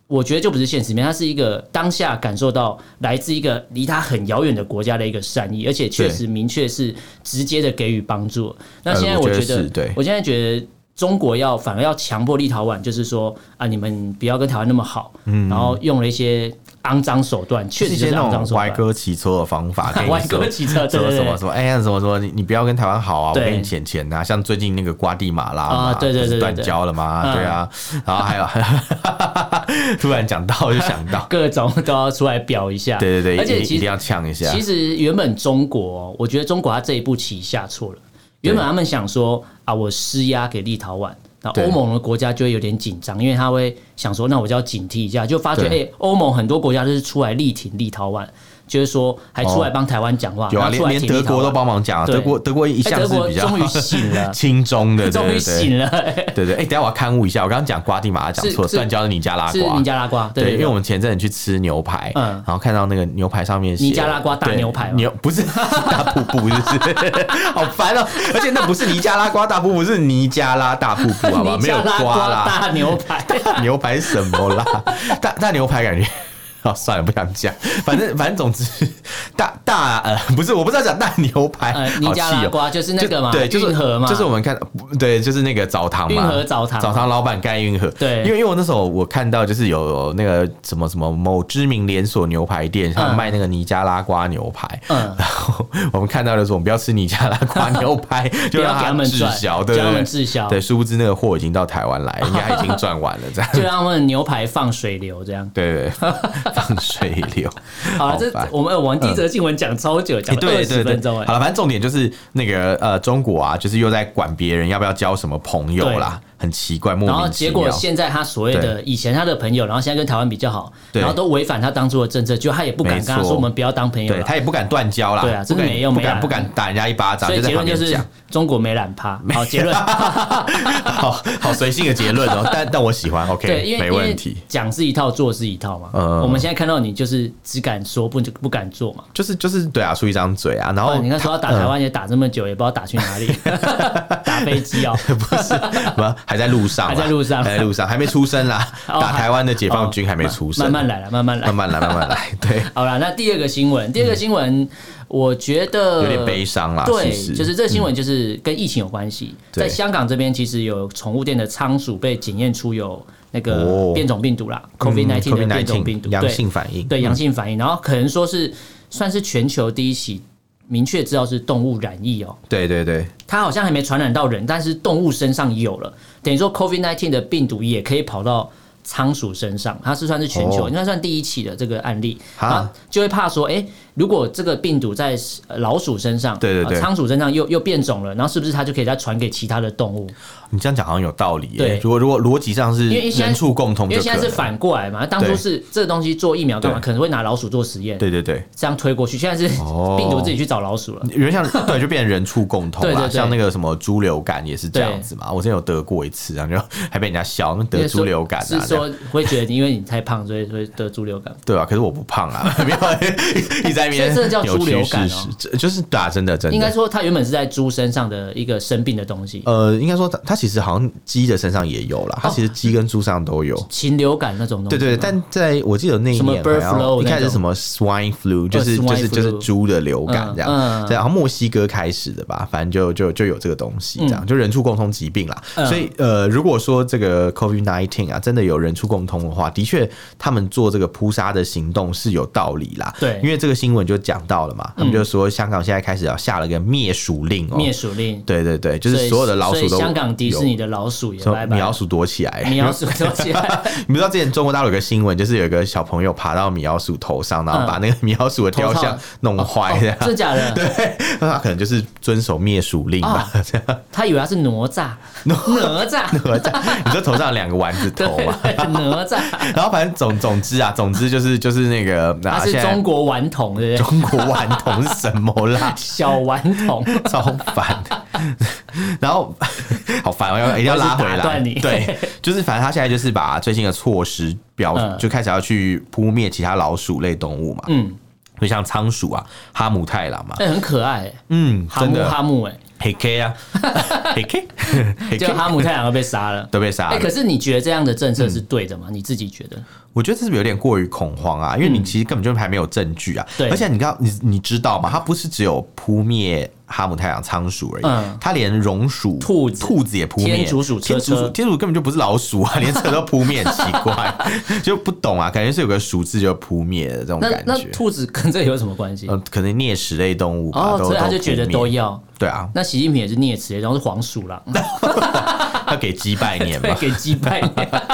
B: 我觉得就不是现实面，它是一个当下感受到来自一个离它很遥远的国家的一个善意，而且确实明确是直接的给予帮助。那现在
A: 呃我觉得
B: 觉得，
A: 是对
B: 我现在觉得。中国要反而要强迫立陶宛，就是说啊，你们不要跟台湾那么好，然后用了一些肮脏手段，
A: 嗯
B: 确
A: 是
B: 实
A: 一
B: 就
A: 些
B: 是
A: 那
B: 肮脏
A: 种
B: 手
A: 歪
B: 段。
A: 哥骑车的方法，跟你
B: 歪哥
A: 说
B: 骑车
A: 什
B: 对
A: 么
B: 对
A: 什么
B: 对
A: 什么，哎呀，什么什么，你你不要跟台湾好啊，我
B: 对
A: 给你钱钱呐。像最近那个瓜地马拉嘛
B: 啊对对对
A: 不是
B: 对
A: 断
B: 对
A: 交了嘛，
B: 嗯
A: 对啊，然后还有，突然讲到我就想到，
B: 各种都要出来表一下，
A: 对对对，
B: 而且
A: 一定
B: 其
A: 一
B: 实
A: 定要呛一下
B: 其，实原本中国，我觉得中国他这一步棋下错了。原本他们想说啊，我施压给立陶宛，那
A: 对
B: 欧盟的国家就会有点紧张，因为他会想说，那我就要警惕一下，就发觉哎
A: 对，
B: 诶欧、盟很多国家都是出来力挺立陶宛，就是说还出来帮台湾讲话，
A: 有啊，
B: 然后
A: 连
B: 出来
A: 连
B: 挺
A: 德
B: 立陶宛
A: 国都帮忙讲啊，
B: 对
A: 德国德国一
B: 哎
A: 向
B: 德
A: 是
B: 国
A: 比较
B: 终于 醒了，
A: 轻中的，对
B: 终于
A: 对对。
B: 醒了，哎
A: 对对，哎，等一下我要刊物一下，我刚刚讲瓜地马拉讲
B: 是
A: 错了，
B: 是
A: 断交是尼加拉
B: 是
A: 瓜
B: 尼，加拉瓜，对
A: 对，因为我
B: 们
A: 们前阵子去吃牛排，
B: 嗯
A: 然后看到那个牛排上面写
B: 尼加拉瓜大
A: 对
B: 牛排嘛
A: 牛 不是大瀑布，是不 是？好烦哦！而且那不是尼加拉瓜大瀑布，是尼加拉大瀑布， 好吧？
B: 尼
A: 没有
B: 加拉
A: 瓜
B: 瓜
A: 啦，
B: 大牛排。
A: 牛排什么啦？大大牛排感觉 哦，算了，不想讲。反正反正总之，大大呃，不是，我不知道讲大牛排，
B: 呃，尼
A: 好气
B: 加拉
A: 哦。
B: 瓜就是那个嘛，
A: 就对，就是
B: 运河嘛，
A: 就是我们看，对，就是那个澡堂嘛，
B: 运河澡堂
A: 澡堂老板盖运河。
B: 对
A: 因为因为我那时候我看到就是有那个什么什么某知名连锁牛排店，他
B: 嗯
A: 卖那个尼加拉瓜牛排，
B: 嗯
A: 然后我们看到的时候，我们不要吃尼加拉瓜牛 排，就
B: 不要
A: 让
B: 给他们
A: 滞
B: 赚
A: 销，对
B: 就让他
A: 对
B: 们
A: 对。
B: 滞销，
A: 对，殊不知那个货已经到台湾来，应该已经赚完了，这 样。
B: 就让他们牛排放水流这样。
A: 对对，对放水流。
B: 好了，
A: 好
B: 这
A: 烦
B: 我们呃我们第一则新闻讲超久，讲
A: 欸
B: 了
A: 对
B: 二十
A: 对
B: 分钟
A: 对，好
B: 哎。
A: 了，反正重点就是那个呃，中国啊，就是又在管别人要不要交什么朋友啦，很奇怪，莫
B: 然后
A: 名其
B: 结果
A: 妙。
B: 现在他所谓的以前他的朋友，然后现在跟台湾比较好，
A: 对
B: 然后都违反他当初的政策，就他也不敢
A: 没
B: 跟
A: 错
B: 他说我们不要当朋友
A: 对
B: 了。
A: 他也不敢断交啦，
B: 对啊
A: 不
B: 真的
A: 敢
B: 没用
A: 不
B: 没
A: 敢
B: 啦
A: 不敢打人家一巴掌，
B: 所以
A: 就在
B: 结
A: 旁
B: 论就
A: 边
B: 是
A: 讲，
B: 中国没懒趴。好，结论
A: 好好随性的结论 哦，但但我喜欢
B: 对，因
A: ，OK，
B: 为
A: 没
B: 因为
A: 问题，
B: 讲是一套，做是一套嘛。
A: 嗯
B: 我们现在看到你就是只敢说不不敢做嘛。
A: 就是就是对啊，出一张嘴啊，然
B: 哦，
A: 后
B: 你看说要打台湾也打这么久，也不知道打去哪里，打飞机哦。
A: 不是，不还在路上啦，
B: 还在路上
A: 还在路上，还没出生啦，
B: 哦
A: 打台湾的解放军还没出生，
B: 慢慢来了，慢慢来
A: 慢。慢来，慢慢来，对，
B: 好了，那第二个新闻，第二个新闻，我觉得
A: 有点悲啊伤啦，
B: 呃对
A: 其，实
B: 就是这个新闻就是跟疫情有关系，
A: 嗯对
B: 在香港这边其实有宠物店的仓鼠被检验出有那
A: 哦
B: 个变种病毒啦，COVID nineteen 的变种
A: COVID-19
B: 病毒，
A: 嗯阳
B: 对
A: 性反应，
B: 对
A: 嗯
B: 阳性反应，然后可能说是算是全球第一起明确知道是动物染疫哦，
A: 对对对，
B: 它好像还没传染到人，但是动物身上有了，等于说 COVID nineteen 的病毒也可以跑到仓鼠身上，它是算是全球
A: 哦
B: 应该算第一起的这个案例，
A: 哈
B: 然后就会怕说，哎、如果这个病毒在呃老鼠身上，
A: 对对
B: 呃
A: 对
B: 仓鼠身上又又变种了，然后是不是它就可以再传给其他的动物？
A: 你这样讲好像有道理耶。
B: 对
A: 如果如果逻辑上是
B: 因为现在
A: 人畜共通
B: 因
A: 就
B: 为
A: 可
B: 现在是
A: 能，
B: 反过来嘛，当初
A: 对
B: 是这个东西做疫苗干嘛，
A: 对
B: 可能会拿老鼠做实验，
A: 对对对，
B: 这样推过去，现在是
A: 哦
B: 病毒自己去找老鼠了。
A: 原像 对就变成人畜共通
B: 对对
A: 啦。
B: 对
A: 像那个什么猪流感也是这样子嘛，我之前有得过一次，然后就还被人家笑，那得猪流感啊
B: 是
A: 这样。
B: 说会觉得你因为你太胖，所以会得猪流感。
A: 对啊，可是我不胖 啊，没有一直在那边
B: 所以这叫猪
A: 扭曲
B: 流感哦
A: 事实，这就是对啊，真的真
B: 应该
A: 的。
B: 说它原本是在猪身上的一个生病的东西，
A: 呃，应该说它它其实好像鸡的身上也有啦，它
B: 哦
A: 其实鸡跟猪上都有。
B: 禽流感那种东西。
A: 对对，对但在我记得那一
B: 什么
A: 年
B: bird
A: 好像
B: flu
A: 一开始
B: 那种
A: 什么 swine flu，就是
B: 哦
A: 就
B: ，swine
A: 是就是
B: flu
A: 猪的流感
B: 嗯
A: 这样，
B: 嗯
A: 对，然后墨西哥开始的吧，反正就就就有这个东西这样，就人畜共通疾病啦。
B: 嗯
A: 所以呃，如果说这个 COVID nineteen 啊，真的有人畜共通的话，的确他们做这个扑杀的行动是有道理啦。
B: 对嗯
A: 因为这个新闻就讲到了嘛，他们就说香港现在开始要下了个灭鼠令哦。
B: 灭鼠令，
A: 对对对，就是
B: 所以
A: 所有的老鼠
B: 所以
A: 都
B: 香港迪士尼
A: 有
B: 的老鼠也
A: 什么
B: 拜拜，
A: 米 老鼠躲起来，
B: 米老鼠躲起 来，
A: 你不知道之前中国大陆有个新闻，就是有一个小朋友爬到米老鼠头上，然后
B: 嗯
A: 把那个米老鼠的雕
B: 头
A: 像
B: 上
A: 弄坏
B: 哦
A: 的。
B: 真的假的？
A: 对，那他可能就是遵守灭鼠令吧。
B: 啊，他以为他是哪吒，哪吒，
A: 哪吒，你说头上有两个丸子
B: 对，
A: 头 啊嘛？
B: 对哪吒，
A: 然后反正总总之啊，总之就是就是那个，那、
B: 他
A: 啊、
B: 是
A: 现在
B: 中国顽童，对不对？
A: 中国顽童是什么 啦？
B: 小顽 童，
A: 超烦，然后 好烦哦，要一定要拉回
B: 我一直打
A: 来。
B: 断你
A: 对，就是反正他现在就是把最近的措施表、
B: 嗯
A: 就开始要去扑灭其他老鼠类动物嘛，
B: 嗯，
A: 就像仓鼠啊、哈姆太郎嘛，
B: 哎，很可爱，哎
A: 嗯，
B: 哈
A: 真
B: 姆
A: 的
B: 哈姆，哎，
A: 黑 K 啊，黑 K，黑
B: 就
A: K
B: 哈姆太郎被杀 了。
A: 都被杀
B: 哎，
A: 了嗯
B: 可。是你觉得这样的政策是对的吗？你自己觉得？
A: 我觉得这是不是有点过于恐慌啊？因为你其实根本就还没有证据啊。
B: 嗯对
A: 而且你刚你你知道吗？它不是只有扑灭哈姆太阳仓鼠而已，
B: 嗯
A: 它连榕鼠、
B: 兔子
A: 兔子也扑灭，
B: 天竺鼠
A: 天竺
B: 车
A: 鼠
B: 车
A: 天竺鼠根本就不是老鼠 啊，连车都扑灭，很奇怪，就不懂啊，感觉是有个鼠字就扑灭的这种
B: 那
A: 感
B: 那
A: 觉。
B: 兔子跟这有什么关系？
A: 呃，可能啮齿类动物吧，
B: 哦，
A: 都
B: 所以他就觉得
A: 扑
B: 都
A: 灭
B: 要。
A: 对啊，
B: 那习近平也是啮齿，然后是黄鼠狼，
A: 要给鸡拜年
B: 对
A: 嘛，，
B: 给击败。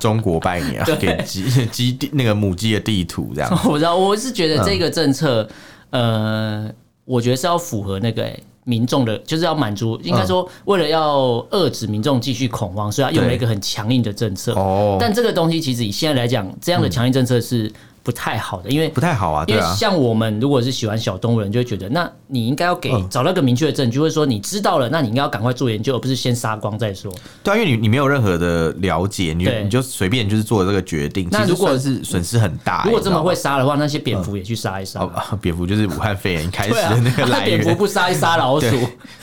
A: 中国拜 年啊，给鸡鸡地那个母鸡的地图这样。
B: 我不知道，我是觉得
A: 嗯
B: 这个政策，呃，我觉得是要符合那个、欸民众的，就是要满足，
A: 嗯
B: 应该说为了要遏制民众继续恐慌，所以他用了
A: 对
B: 一个很强硬的政策。
A: 哦嗯
B: 但这个东西其实以现在来讲，这样的强硬政策是不太好的，因为
A: 不。太好啊，
B: 因
A: 对
B: 为
A: 啊，
B: 像我们如果是喜欢小动物的人，就会觉得，那你应该要给
A: 嗯
B: 找到一个明确的证据，或者说你知道了，那你应该要赶快做研究，而不是先杀光再说。
A: 对啊，因为你你没有任何的了解，你就
B: 对
A: 你就随便就是做这个决定，
B: 那
A: 其实
B: 如果
A: 算是损失很大欸，
B: 如果这么会
A: 你知
B: 杀的话，那些蝙蝠也去杀一杀
A: 道
B: 吧。
A: 吗。嗯哦，蝙蝠就是武汉肺炎开始
B: 对啊
A: 的 那个，
B: 那
A: 来
B: 蝙蝠
A: 源，
B: 不杀一杀老鼠
A: 对，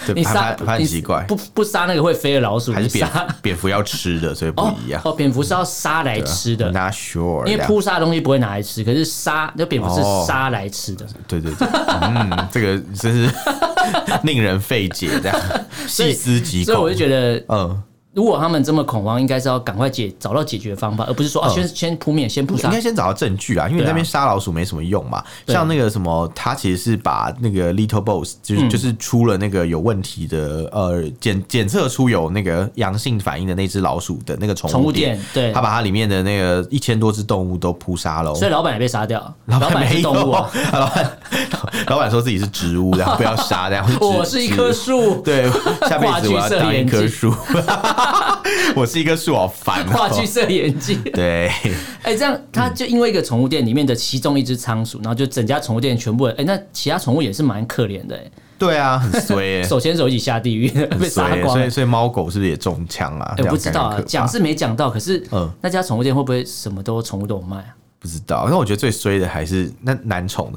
A: 对，
B: 你杀
A: 怕怕怕很
B: 你
A: 奇怪，
B: 不不杀那个会飞的老鼠，
A: 还是
B: 你
A: 蝙
B: 杀
A: 蝙蝠要吃的，所以不
B: 哦
A: 一样。啊
B: 哦，蝙蝠是要杀来吃的，
A: Not sure，
B: 因为
A: 这样
B: 扑杀的东西不会拿来吃，可是杀那蝙蝠是
A: 哦
B: 杀来吃的，
A: 对对对，嗯，这个真是 令人费解，这样
B: 以
A: 细思极
B: 所以
A: 恐
B: 我就。觉得，
A: 嗯，
B: 如果他们这么恐慌，应该是要赶快解找到解决方法，而不是说啊
A: 嗯
B: 先先扑灭，先扑
A: 应
B: 杀
A: 该。先找到证据啊，因为
B: 对啊
A: 那边杀老鼠没什么用嘛。
B: 对
A: 像那个什么，他其实是把那个 Little Boss
B: 嗯
A: 就是、就是出了那个有问题的，呃，检检测出有那个阳性反应的那只老鼠的那个宠
B: 宠物
A: 店
B: 店，对
A: 他把它里面的那个一千多只动物都扑杀了哦。
B: 所以老板也被杀掉，
A: 老
B: 板
A: 没
B: 是
A: 有，
B: 动物啊，
A: 老板老板说自己是植物，然后不要杀，然后 是植 哦
B: 我是一棵树，
A: 对，下辈子我要当一棵树。 我是一棵树，好烦、
B: 话剧
A: 哦。
B: 社 演技。
A: 对，
B: 哎、这样他就因为一个宠物店里面的其中一只仓鼠，然后就整家宠物店全部人，哎、那其他宠物也是蛮可怜的、哎，
A: 对啊，很衰、欸，
B: 手牵手一起下地狱， 被
A: 很衰
B: 杀
A: 欸、
B: 光
A: 所
B: 了
A: 以，。所以猫狗是不是也中枪啊？
B: 哎、
A: 这样
B: 不知
A: 感觉
B: 道啊
A: 很，可怕
B: 讲是没讲到，可是
A: 嗯
B: 那家宠物店会不会什么都宠物都有卖 啊？
A: 不知道。那我觉得最衰的还是那男宠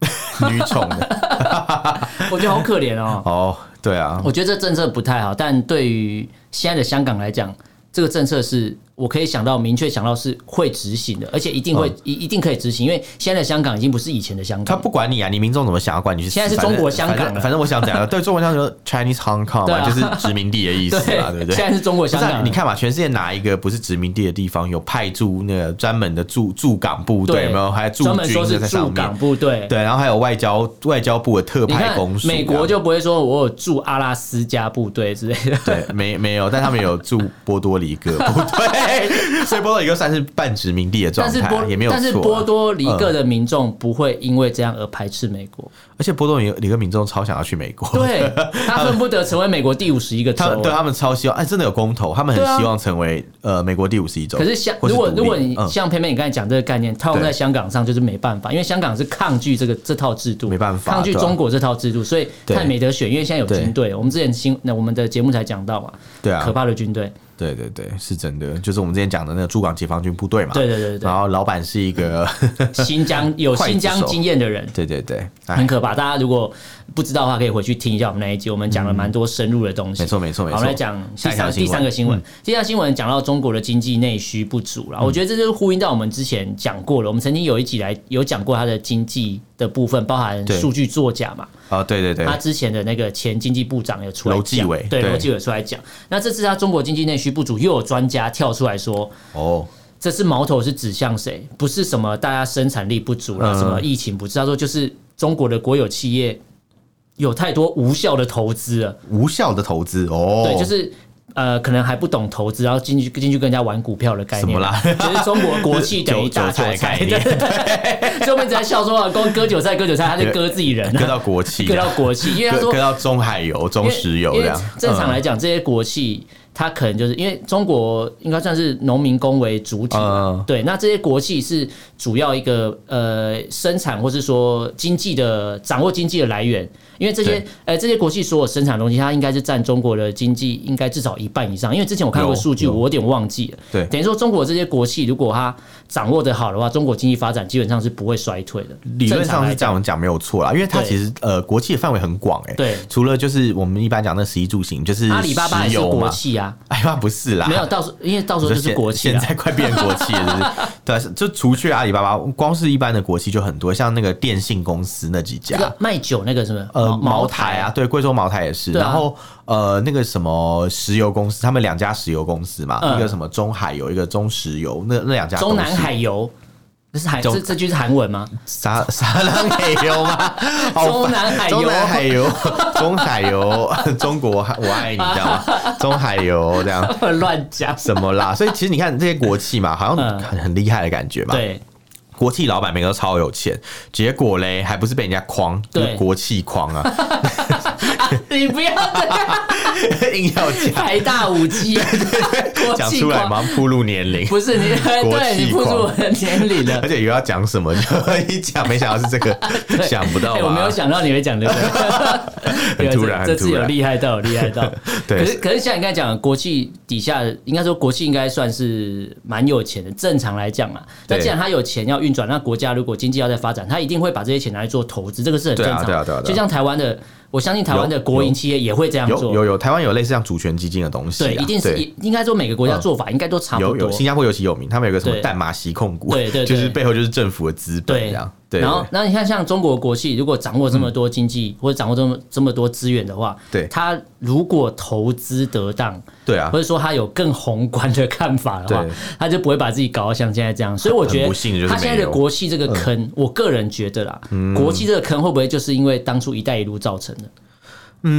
A: 的、女宠的。
B: 我觉得好可怜哦。
A: 哦，对啊，
B: 我觉得这政策不太好，但对于现在的香港来讲，这个政策是我可以想到明确想到是会执行的，而且一定
A: 嗯
B: 会一、一定可以执行，因为现在的香港已经不是以前的香
A: 他
B: 港。
A: 不管你啊，你民众怎么想要管你去死？
B: 现在是
A: 反正
B: 中国香港
A: 反正
B: 了
A: 反正我想讲 的，对中国香港就是 Chinese Hong Kong
B: 对
A: 嘛，
B: 啊
A: 就是殖民地的意思 嘛，对不对？
B: 现在是中国
A: 不
B: 香
A: 是、啊，
B: 港。
A: 你，看嘛，全世界哪一个不是殖民地的地方有派驻那个专门的驻驻港部队？
B: 对
A: 有没有？还驻
B: 专门
A: 军
B: 说
A: 的
B: 是
A: 在
B: 驻
A: 上
B: 港
A: 面。
B: 部队。
A: 对，然后还有外交外交部的特
B: 你
A: 派
B: 看
A: 公署这样，
B: 美国就不会说我有驻阿拉斯加部队之类的。
A: 对没没有，但他们有驻波多黎各部队，所以波多黎各算是半殖民地的状
B: 但是
A: 态，
B: 波
A: 也没有错啊。
B: 但是波多黎各的民众不会因为这样而排斥美国，
A: 而且波多黎各民众超想要去美国，
B: 对他恨不得成为美国第五十一个
A: 嗯
B: 州
A: 他。们对他们超希望，哎，真的有公投，他们
B: 对啊
A: 很希望成为呃美国第五十一州。
B: 可是像
A: 或
B: 如果
A: 独立
B: 如果你
A: 嗯
B: 像偏偏你刚才讲这个概念套用
A: 对
B: 在香港上，就是没办法，因为香港是抗拒这个这套制度，
A: 没办法
B: 抗拒
A: 对啊
B: 中国这套制度，所以
A: 对啊
B: 他也没得选，因为现在有军队。我们之前新那我们的节目才讲到嘛，
A: 对啊
B: 可怕的军队，
A: 对对对，是真的，就是我们之前讲的那个驻港解放军部队嘛。
B: 对对对对对
A: 然后老板是一个，
B: 新疆有
A: 刽子手。
B: 新疆经验的人
A: 对对对，哎
B: 很，可怕，大家如果不知道的话，可以回去听一下我们那一集，我们讲了蛮多深入的东西。
A: 没错没错没
B: 好，我们来
A: 错。
B: 讲第
A: 下一条新
B: 三
A: 闻嗯
B: 第三个新闻。第三个新闻讲到中国的经济内需不足了，我觉得这就是呼应到我们之前讲过了。我们曾经有一集来有讲过它的经济的部分，包含
A: 对
B: 数据作假嘛。
A: 哦，对对对，
B: 他之前的那个前经济部长有出来讲
A: 楼继伟
B: 对
A: 对
B: 楼继伟出来讲。那这次他中国经济内需不足，又有专家跳出来说，
A: 哦，
B: 这次矛头是指向谁？不是什么大家生产力不足啦，
A: 嗯
B: 什么疫情不知道说就是中国的国有企业有太多无效的投资了。
A: 无效的投资哦，
B: 对，就是呃，可能还不懂投资，然后进去进去跟人家玩股票的概念，
A: 什么啦
B: 就是中国国企等于大韭 菜，
A: 韭韭菜的概
B: 对
A: 念
B: 对对。所以我们一直在笑说，啊，光割韭菜割韭菜，他在割自己人、
A: 割
B: 啊，
A: 到国企，
B: 割到国企，因为他
A: 割
B: 说
A: 割到中海油、中石油
B: 因为
A: 这
B: 因为
A: 样。
B: 正常
A: 嗯
B: 来讲，这些国企它可能就是因为中国应该算是农民工为主体嘛，
A: 嗯
B: 对，那这些国企是主要一个呃生产或是说经济的掌握经济的来源，因为这些
A: 对
B: 呃这些国企所有生产的东西，它应该是占中国的经济应该至少一半以上，因为之前我看过
A: 有
B: 数据，
A: 有
B: 我有点忘记了，
A: 对
B: 等于说中国这些国企如果它掌握的好的话，中国经济发展基本上是不会衰退的，
A: 理论
B: 正常
A: 上
B: 来
A: 是这样讲没有错啦，因为它
B: 对
A: 其实呃国企的范围很广哎、
B: 对
A: 除了就是我们一般讲的食衣住行，就是
B: 讲，阿里巴巴也
A: 石
B: 是
A: 油
B: 国
A: 嘛，
B: 企啊，
A: 阿里巴巴不是啦，
B: 没有到时候因为到时候
A: 就
B: 就是国企
A: 现
B: 啊。
A: 在快变国企了，是 不是？对啊，是就除去阿里巴巴，光是一般的国企就很多，像那个电信公司那几家
B: 那个，卖酒那个什么
A: 呃，茅台啊，，对，贵州茅台也是，
B: 对啊
A: 然后呃，那个什么石油公司，他们两家石油公司嘛，
B: 嗯
A: 一个什么中海油，一个中石油，那那两家
B: 中南
A: 公司
B: 海油，这是韩
A: 中
B: 这这句是韩文吗？
A: 啥啥南海油 吗？好烦
B: 中南海油
A: 中南海油， 中海油， 中国我爱你，知道吗？中海油这样。
B: 乱讲。
A: 什么啦？所以其实你看这些国企嘛，好像
B: 嗯
A: 很很厉害的感觉吧？，
B: 对，
A: 国企老板每个都超有钱，结果嘞还不是被人家框，就是
B: 对
A: 国企框 啊，
B: 啊你不要这样，
A: 硬要讲
B: 台大五 G，国
A: 讲
B: 际
A: 出来
B: 狂，
A: 嘛，铺路年龄，
B: 不是你，
A: 国
B: 对
A: 际
B: 你步入我的年龄了
A: 而。且又要讲什么， 就一讲没想到是这个，想不到
B: 哎，我没
A: 吧
B: 有？想到你会讲这 个，啊
A: 很突然很突
B: 这
A: 然
B: 这次有厉 害到，有厉害到。
A: 对
B: 可是可是像你刚才讲的，国企底下应该说国企应该算是蛮有钱的，正常来讲啊。那
A: 对
B: 既然他有钱要运转，那国家如果经济要在发展，他一定会把这些钱拿来做投资，这个是很
A: 对
B: 正
A: 啊
B: 常的。
A: 对啊对啊对啊
B: 就像台湾的。我相信台湾的国营企业也会这样
A: 有
B: 做。
A: 有有，台湾有类似像主权基金的东西啊，
B: 对，一定是
A: 对
B: 应该说每个国家做法应该都差啊不
A: 有
B: 多
A: 有，。新加坡尤其有名，他们有个什么
B: 对
A: 淡马锡控股，
B: 对对对
A: 就是背后就是政府的资本这
B: 对
A: 样，，对，
B: 然后
A: 对
B: 那你看像中国国企，如果掌握这么多经济或者掌握这么这么多资源的话，
A: 对
B: 他如果投资得当，
A: 对啊
B: 或，者说他有更宏观的看法的话
A: 对，
B: 他就不会把自己搞到像现在这样。所以我觉
A: 很
B: 得
A: 不幸的就是
B: 他现在
A: 没
B: 的
A: 有嗯
B: 国企这个坑，我个人觉得啦，国企这个坑会不会就是因为当初“一带一路”造成的？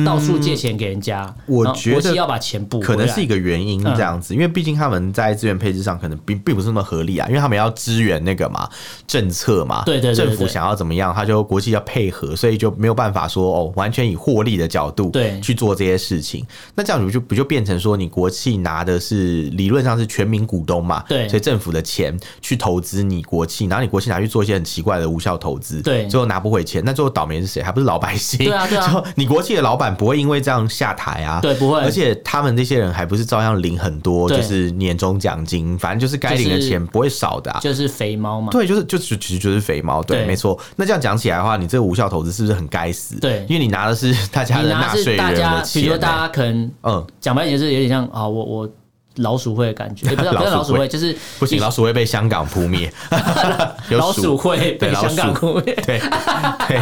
B: 到处借钱给人家，
A: 嗯我
B: 然后
A: 觉
B: 国
A: 得
B: 企要把钱补回来，嗯
A: 可能是一个原因这样子，因为毕竟他们在资源配置上可能并并不是那么合理啊，因为他们要支援那个嘛政策嘛，
B: 对对对对
A: 政府想要怎么样，他就国际要配合，所以就没有办法说哦，完全以获利的角度
B: 对
A: 去做这些事情。那这样你不就不就变成说，你国企拿的是理论上是全民股东嘛，
B: 对
A: 所以政府的钱去投资你国企，然后你国企拿去做一些很奇怪的无效投资，
B: 对
A: 最后拿不回钱，那最后倒霉是谁？还不是老百姓？
B: 对啊对 啊
A: 就你国企的老板不会因为这样下台啊，
B: 对不会
A: 而且他们这些人还不是照样领很多，
B: 对
A: 就是年终奖金，反正就是该领的钱不会少的、啊。
B: 就是肥猫嘛。
A: 对，就是就其实就是肥猫，对，
B: 对
A: 没错。那这样讲起来的话，你这个无效投资是不是很该死？
B: 对
A: 因为你拿的是 大家
B: 你
A: 的
B: 拿
A: 纳
B: 是
A: 税人
B: 大
A: 的钱、啊
B: 家，比如说大
A: 家，
B: 家可能
A: 嗯，
B: 讲白点就是有点像啊，我我老鼠会的感觉，也 不是不是老
A: 老鼠
B: 鼠
A: 会
B: 会，就是
A: 不行，
B: 你
A: 老鼠会被香港扑 灭，有
B: 老鼠会
A: 对
B: 被
A: 老
B: 香港
A: 鼠
B: 哭。
A: 对对嗯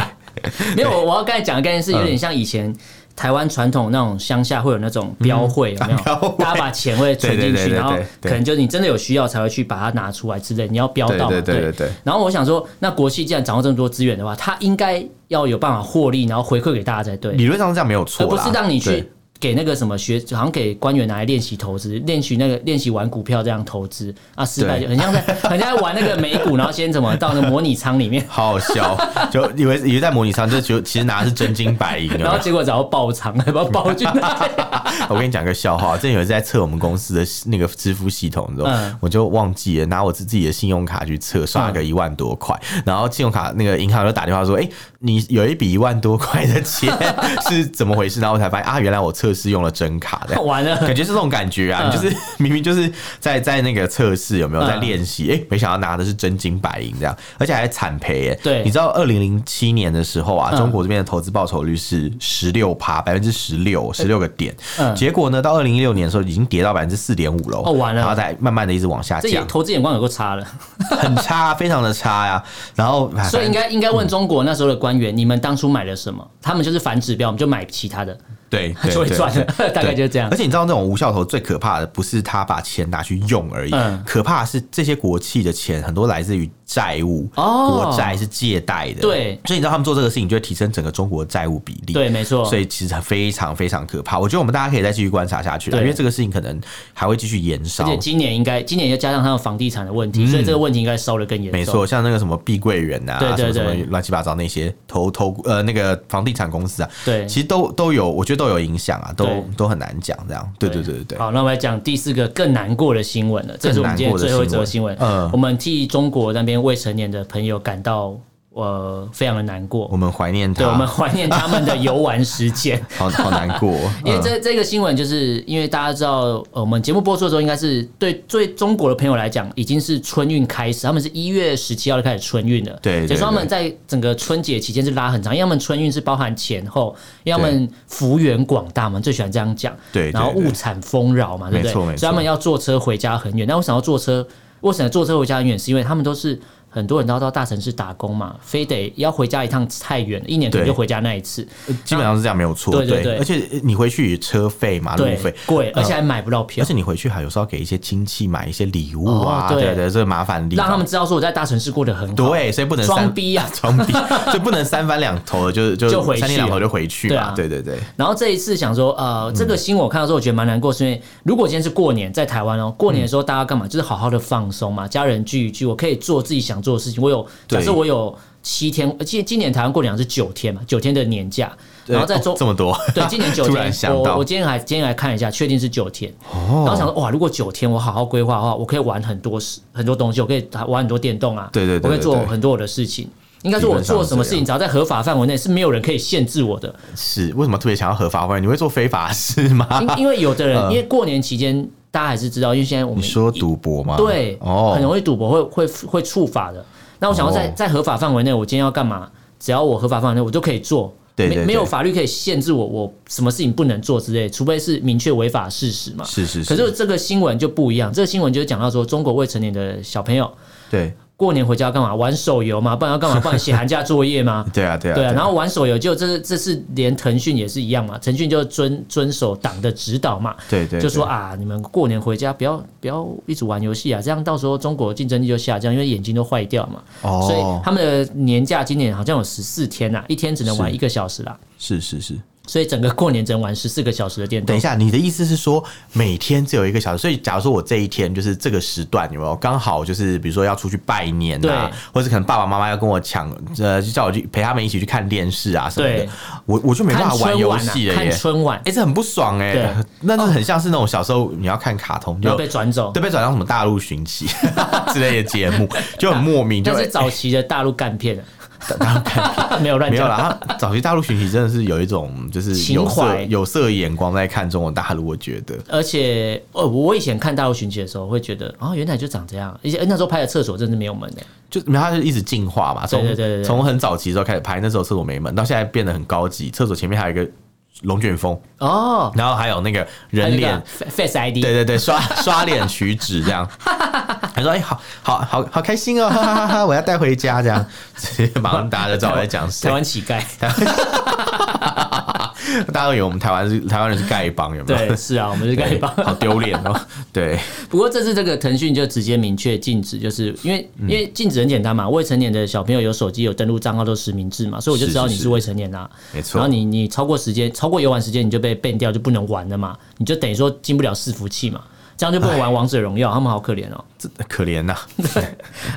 B: 没有，我我要刚才讲的概念是有点像以前台湾传统那种乡下会有那种标会，有没有
A: 啊标会？
B: 大家把钱会存
A: 对
B: 进
A: 对对对
B: 去，
A: 对
B: 然后
A: 对
B: 可能就是你真的有需要才会去把它拿出来之类，你要标到嘛。
A: 对对对对对
B: 然后我想说，那国企既然掌握这么多资源的话，它应该要有办法获利，然后回馈给大家才对，
A: 理论上是这样没有
B: 而
A: 错
B: 不
A: 啦，
B: 是让你
A: 对
B: 去。给那个什么学，好像给官员拿来练习投资，练习那个练习玩股票这样投资啊，失败
A: 对
B: 就很 像在很像在玩那个美股，然后先怎么到那个模拟仓里面，
A: 好好笑，就 以为以为在模拟上，就就其实拿的是真金白银， 有没有
B: 然后结果找到爆仓， 还把它爆进来。
A: 我跟你讲个笑话，之前有一次在测我们公司的那个支付系统之后，
B: 嗯
A: 我就忘记了拿我自自己的信用卡去测，刷个一万多块，然后信用卡那个银行就打电话说：“哎、你有一笔一万多块的钱 是怎么回事？”然后我才发现啊，原来我测试用了真卡的。
B: 完了，
A: 感觉是这种感觉啊，
B: 嗯
A: 你就是 明明就是在在那个测试有没有
B: 嗯
A: 在练习，哎、没想到拿的是真金白银这样，而且还惨赔耶。
B: 对
A: 你知道二零零七年的时候啊，
B: 嗯
A: 中国这边的投资报酬率是十六趴，百分之十六，十六个点。
B: 呃嗯
A: 结果呢，到二零一六年的时候已经跌到百分之四点五了，
B: 哦完了
A: 然后再慢慢的一直往下
B: 这眼
A: 降，
B: 投资眼光有够差 了，
A: 很差，非常的差呀、然后哎
B: 所以
A: 反
B: 应
A: 正
B: 该应该问中国那时候的官员，你们当初买了什么？他们就是反指标，我们就买其他的，
A: 对对
B: 就会
A: 对
B: 赚了，大概
A: 对
B: 就是这样
A: 而。且你知道那种无效投最可怕的不是他把钱拿去用而已，
B: 嗯
A: 可怕的是这些国企的钱很多来自于债务，
B: 哦
A: 国债是借贷的，
B: 对
A: 所以你知道他们做这个事情就会提升整个中国债务比例，
B: 对，。没错
A: 所。以其实非常非常可怕，我觉得我们大家可以再继续观察下去啦，啊
B: 对
A: 因为这个事情可能还会继续延
B: 而且
A: 烧。
B: 今年应该，今年又加上他的房地产的问题，所以这个问题应该烧得更严
A: 嗯
B: 重。
A: 没错，像那个什么碧桂园啊，
B: 对对
A: 什么
B: 对
A: 什么乱七八糟那些投投呃那个房地产公司啊，
B: 对
A: 其实都都有，我觉得都有影响啊，都
B: 对
A: 都很难讲这样。对对对对对。
B: 好，那我们来讲第四个更难过的新闻了，这是我们今天最后一则新闻。
A: 更难过的新闻嗯
B: 我们替中国那边未成年的朋友感到呃非常的难
A: 我
B: 过，
A: 们怀念他，
B: 对我们怀念他们的游玩时间。，
A: 好好难过 嗯
B: 因为这这个新闻，就是因为大家知道，呃我们节目播出的时候，应该是对对中国的朋友来讲，已经是春运开始，他们是一月十七号就开始春运了。
A: 对对
B: 所以说他
A: 对
B: 们在整个春节期间是拉很长，因为他们春运是包含前后，因为他们幅员广大嘛，最喜欢这样讲。
A: 对对
B: 然后
A: 对
B: 物产丰饶嘛，对不
A: 没
B: 对？
A: 错没
B: 所
A: 错
B: 以他们要坐车回家很远。那我想要坐车，我想坐车回家很远，是因为他们都是。很多人都要到大城市打工嘛，非得要回家一趟太远，一年可能
A: 对
B: 就回家那一次。
A: 呃基本上是这样没有错。
B: 对对对
A: 而且你回去车费嘛，路
B: 对
A: 费，嗯
B: 贵，而且还买不到票
A: 而。且你回去还有时候要给一些亲戚买一些礼物啊，
B: 哦对
A: 对对，这麻烦的地
B: 让他
A: 方
B: 们。知道说我在大城市过得很好。
A: 对，所以不能三
B: 装逼啊
A: 装逼， 所以不能三番两头的，就就
B: 就回去
A: 三天两头就回去
B: 对
A: 嘛。
B: 啊
A: 对对对，
B: 然后这一次想说，呃，这个新闻我看到之后，我觉得蛮难过，是因为如果今天是过年，在台湾
A: 嗯
B: 哦，过年的时候大家干嘛？就是好好的放松嘛，家人聚一聚，我可以做自己想做的事情。我有
A: 对
B: 假设我有七天，呃今今年台湾过年好像是九天嘛，九天的年假，然后
A: 对
B: 在
A: 哦
B: 周
A: 这么多，
B: 对，今年九
A: 突
B: 天
A: 然，想
B: 我
A: 到哦
B: 我，今天还今天来看一下，确定是九天。然后想说，哇，如果九天我好好规划的话，我可以玩很多事，很多东西，我可以打玩很多电动啊，
A: 对对对
B: 我可以做
A: 对对
B: 很多我的事情。应该说，我
A: 理论上
B: 做什么事
A: 是
B: 情，只要在合法范围内，是没有人可以限制 我的。
A: 是为什么特别想要合法化？你会做非法事吗？
B: 因因为有的人，因为过年期间，大家还是知道，因为现在我
A: 嗯
B: 们
A: 你说赌博吗？
B: 对，
A: 哦，
B: 很容易赌博会会会触法的。那我想要在
A: 哦
B: 在合法范围内，我今天要干嘛？只要我合法范围内，我就可以做。
A: 对对
B: 没
A: 对
B: 没有法律可以限制我我什么事情不能做之类，除非是明确违法事实嘛。
A: 是是是，
B: 可是这个新闻就不一样，这个新闻就是讲到说，中国未成年的小朋友
A: 对
B: 过年回家要干嘛？玩手游嘛，不然要干嘛？不然写寒假作业吗？
A: 对啊 对啊
B: 对啊，然后玩手游就这这次连腾讯也是一样嘛，腾讯就遵遵守党的指导嘛，
A: 对对
B: 就说
A: 对
B: 啊，你们过年回家不要不要一直玩游戏啊，这样到时候中国竞争力就下降，因为眼睛都坏掉嘛。
A: 哦，
B: 所以他们的年假今年好像有十四天呐、啊，一天只能玩
A: 是
B: 一个小时啦，
A: 是是是，
B: 所以整个过年只能玩十四个小时的电动。
A: 等一，下，你的意思是说每天只有一个小时？所以假如说我这一天就是这个时段有没有刚好就是比如说要出去拜年啊
B: 对，
A: 或者可能爸爸妈妈要跟我抢，呃，就叫我去陪他们一起去看电视啊什么的
B: 对，
A: 我我就没办
B: 看
A: 法玩
B: 春
A: 游
B: 晚啊
A: 戏，了
B: 看
A: 耶。
B: 春晚
A: 哎、，这很不爽哎、
B: 对
A: 那就很像是那种小时候你要看卡通，
B: 然
A: 就
B: 后被转走
A: 对。被转到什么大陆寻奇 之类的节 目，就很莫名，就哎
B: 但是
A: 会
B: 早期的大陆干片啊， 没有乱
A: 没有
B: 讲，
A: 啦，他早期大陆寻奇真的是有一种就是
B: 情
A: 有色
B: 怀
A: 有色眼光在看中国大陆，我觉得
B: 而且呃，我以前看大陆寻奇的时候，会觉得啊、原来就长这样。而且、呃那时候拍的厕所真的没有门欸的、
A: 就没有他就一直进化嘛，从
B: 对对对对对
A: 从很早期的时候开始拍，那时候厕所没门，到现在变得很高级，厕所前面还有一个龙卷风，
B: 哦，
A: 然后还有那个人
B: 还有那
A: 脸
B: 个，Fa- Face ID，
A: 对对对，刷 刷脸取纸这样。 他说：“哎、好好好好开心哦， 哈哈哈哈！我要带回家这样， 直接马上大家就知道我在讲谁
B: 台。湾乞丐，
A: 大家都以为我们台湾是台湾人是丐帮，有没有？
B: 对，是啊，我们是丐帮。
A: 好丢脸哦。 对，
B: 不过这次这个腾讯就直接明确禁止，就是因为、因为禁止很简单嘛，未成年的小朋友有手机有登录账号都实名制嘛，所以我就是知道
A: 是
B: 你
A: 是
B: 是未成年啦、
A: 没错
B: 然后你你超过时间，超过游玩时间你就被 ban 掉，就不能玩了嘛，你就等于说进不了伺服器嘛，这样就不
A: 哎
B: 能玩王者荣耀，他们好可怜哦。
A: 真的可怜呐、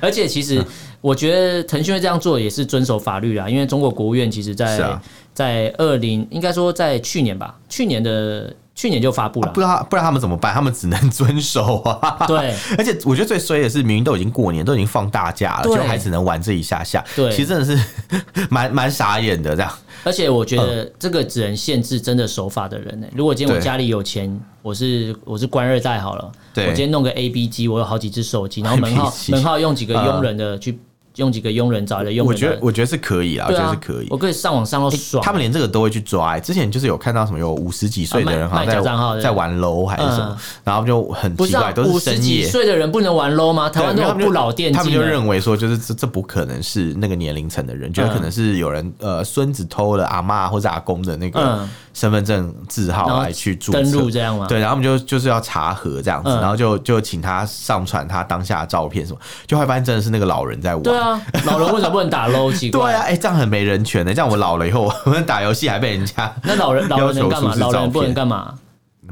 B: 而且 其实我觉得腾讯会这样做也是遵守法律啦，因为中国国务院其实在、
A: 是啊
B: 在二零应该说在去年吧，去年的去年就发布了，
A: 啊不知道不知道他们怎么办，他们只能遵守啊。
B: 对，
A: 而且我觉得最衰的是，明明都已经过年，都已经放大假了，
B: 对
A: 就还只能玩这一下下。
B: 对
A: 其实真的是 蛮蛮傻眼的这样。
B: 而且我觉得这个只能限制真的守法的人呢、欸如果今天
A: 嗯
B: 我
A: 对
B: 家里有钱，我是我是官二代好了，
A: 对
B: 我今天弄个 A B 机，我有好几只手机，然后门
A: A B
B: 号
A: 机
B: 门号用几个佣人的去，用几个佣人找来的佣人的，
A: 我觉得我觉得是可以啦，我
B: 对
A: 觉得
B: 啊
A: 是可以
B: 我。可以上网上到爽。
A: 他们连这个都会去抓、欸。之前就是有看到什么有五十几岁的人
B: 啊
A: 好
B: 卖
A: 像
B: 卖假账号
A: 在
B: 对
A: 在玩楼还是什么
B: 嗯，
A: 然后就很
B: 不
A: 奇
B: 是啊
A: 怪，，都
B: 五
A: 是
B: 十
A: 深
B: 几
A: 夜。
B: 岁的人不能玩 LO 吗？台湾
A: 对
B: 都
A: 然后
B: 有
A: 他们就
B: 不老电
A: 他们
B: 竞啊
A: 就
B: 的。
A: 认为说，就是这这不可能是那个年龄层的人，觉得
B: 嗯
A: 可能是有人呃孙子偷了阿嬷或者阿公的那个
B: 嗯
A: 身份证字
B: 然
A: 号
B: 后
A: 来去注册
B: 登录这样吗？
A: 对，然后我们就就是要查核这样子，
B: 嗯
A: 然后就就请他上传他当下的照片什么，就会发现真的是那个老人在玩。
B: 对啊，老人为什么不能打 LO？奇
A: 对啊，
B: 怪。
A: 哎、这样很没人权的、这样我老了以后， 我们打游戏还被人家
B: 那老人老人能干
A: 要求出
B: 嘛？
A: 示
B: 老
A: 照片
B: 人不能干嘛？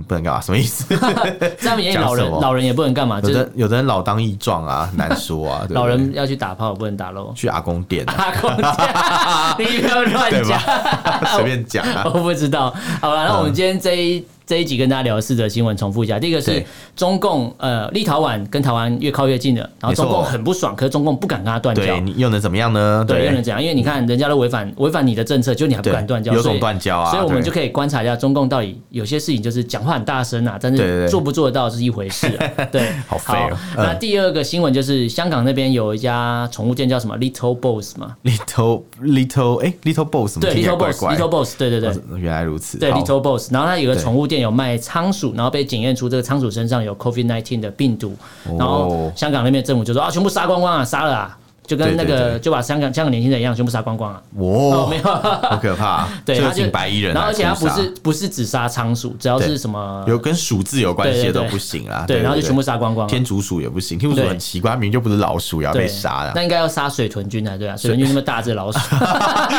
A: 不能干嘛？什么意思？
B: 在他们眼里，
A: 讲
B: 老人
A: 什么
B: 老人也不能干嘛？ 就
A: 有
B: 是
A: 的有的人老当益壮啊，很难说啊。对不对
B: 老人要去打炮，不能打 LO。
A: 去阿公店、 啊，
B: 打空架，你不要乱
A: 对
B: 讲，
A: 吧？随便讲啊。
B: 我不知道。好了，那我们今天这一。这一集跟大家聊的四则新闻，重复一下。第一个是
A: 对
B: 中共，呃，立陶宛跟台湾越靠越近了，然后
A: 没错
B: 中共很不爽，可是中共不敢跟他断交，
A: 对你又能怎么样呢？
B: 对，又能怎样？因为你看人家都违反违反你的政策，就你还不
A: 对
B: 敢断交，
A: 有
B: 所以
A: 种断交啊！
B: 所以我们就
A: 以
B: 可以观察一下中共到底有些事情就是讲话很大声啊，但
A: 对对
B: 是
A: 对
B: 做不做得到是一回事、 啊。对，
A: 好废哦嗯
B: 那第二个新闻就是香港那边有一家宠物店叫什么 Little Boss 嘛，
A: little little 哎、little boss 怎么
B: 对
A: 听起来
B: ，Little
A: 怪
B: Boss，Little
A: 怪
B: Boss，,
A: 的？
B: 对对对。
A: 哦原来如此。
B: 对
A: 好
B: ，Little Boss，然后它有个
A: 对
B: 宠物店有卖仓鼠，然后被检验出这个仓鼠身上有 COVID 1 9的病毒，
A: 哦
B: 然后香港那边政府就说啊，全部杀光光啊，杀了啊，就跟那
A: 对对
B: 个
A: 对
B: 就把香港香港年轻人一样，全部杀光光啊，
A: 哇，
B: 哦没有，
A: 好可怕！
B: 对，
A: 这
B: 他
A: 个
B: 就
A: 请白衣人啊
B: 然
A: 来
B: 后
A: 屠杀，
B: 而且它不是不是只杀仓鼠，只要
A: 对
B: 是什么
A: 有跟鼠字有关系的
B: 对对
A: 都
B: 对
A: 不行啦。
B: 对，然后就全部
A: 对
B: 杀光光了。
A: 天竺鼠也不行，天竺鼠
B: 对
A: 很奇怪，明明就不是老鼠也要
B: 对
A: 被杀的
B: 那。应该要杀水豚君才对啊，水豚君那么大 只老鼠，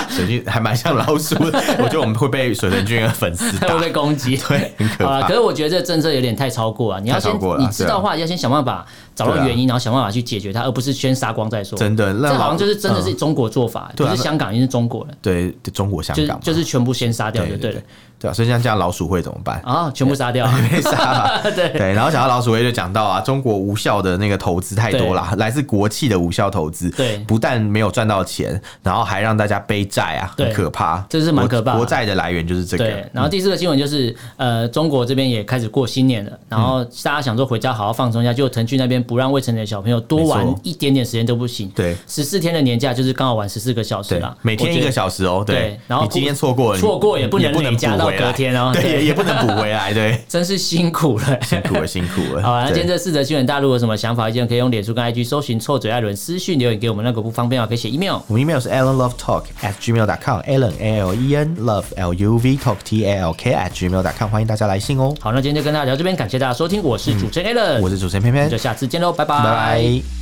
A: 水军还蛮像老鼠的，我觉得我们会被水豚君的粉丝
B: 它
A: 打
B: 会，被攻击。
A: 对，很可
B: 好了，
A: 怕
B: 可。是我觉得这个政策有点太超过了。啊你要
A: 太
B: 先
A: 超过了啊
B: 你知道的话，要先想办法找到
A: 对啊
B: 原因，然后想办法去解决它，而不是先杀光再说。
A: 真的，那
B: 这好
A: 老
B: 像就是真的是中国做法，
A: 对
B: 不
A: 啊
B: 是香港，已经是中国了，
A: 对对中国香
B: 就是
A: 港嘛，
B: 就是全部先杀掉就
A: 对
B: 了
A: 对对啊，所以像这样老鼠会怎么办？
B: 啊，全部杀掉。
A: 被杀 吧，啊对，然后讲到老鼠会就讲到啊，中国无效的那个投资太多啦，来自国企的无效投资，
B: 对
A: 不但没有赚到钱，然后还让大家背债啊，很
B: 对
A: 可怕，
B: 这是蛮可怕的
A: 国国债的来源就是这
B: 对
A: 个，，
B: 然后第四个新闻就是，呃，中国这边也开始过新年了，然
A: 嗯
B: 后大家想说回家好好放松一下，就腾讯那边不让未成年的小朋友多
A: 没
B: 玩
A: 错
B: 一点点时间都不行，
A: 对对
B: 十四天的年假就是刚好玩十四个小时
A: 对
B: 啦，，
A: 每天一
B: 我觉
A: 个
B: 得
A: 小时哦，
B: 对然后
A: 你今天错过了，
B: 错过也
A: 也
B: 不能累
A: 补
B: 加到
A: 回来
B: 隔天哦
A: 对，
B: 对，
A: 也也不能补回来，对
B: 真是辛苦了、
A: 辛苦了，辛苦了。
B: 好啊，那
A: 对
B: 今天这四则新闻，大家如果有什么想法、意见，可以用脸书跟 IG 搜寻“臭嘴艾伦”私讯留言给我们。那个不方便啊，可以写 email。
A: 我们 email 是 allenlovetalk at gmail dot com allen a l e n love l u v talk t a l k at gmail dot com，欢迎大家来信哦。
B: 好，那今天就跟大家聊这边，感谢大家收听，我是主持人 a l l n
A: 我是主持人偏偏
B: 就，下次见喽，拜拜
A: 拜拜。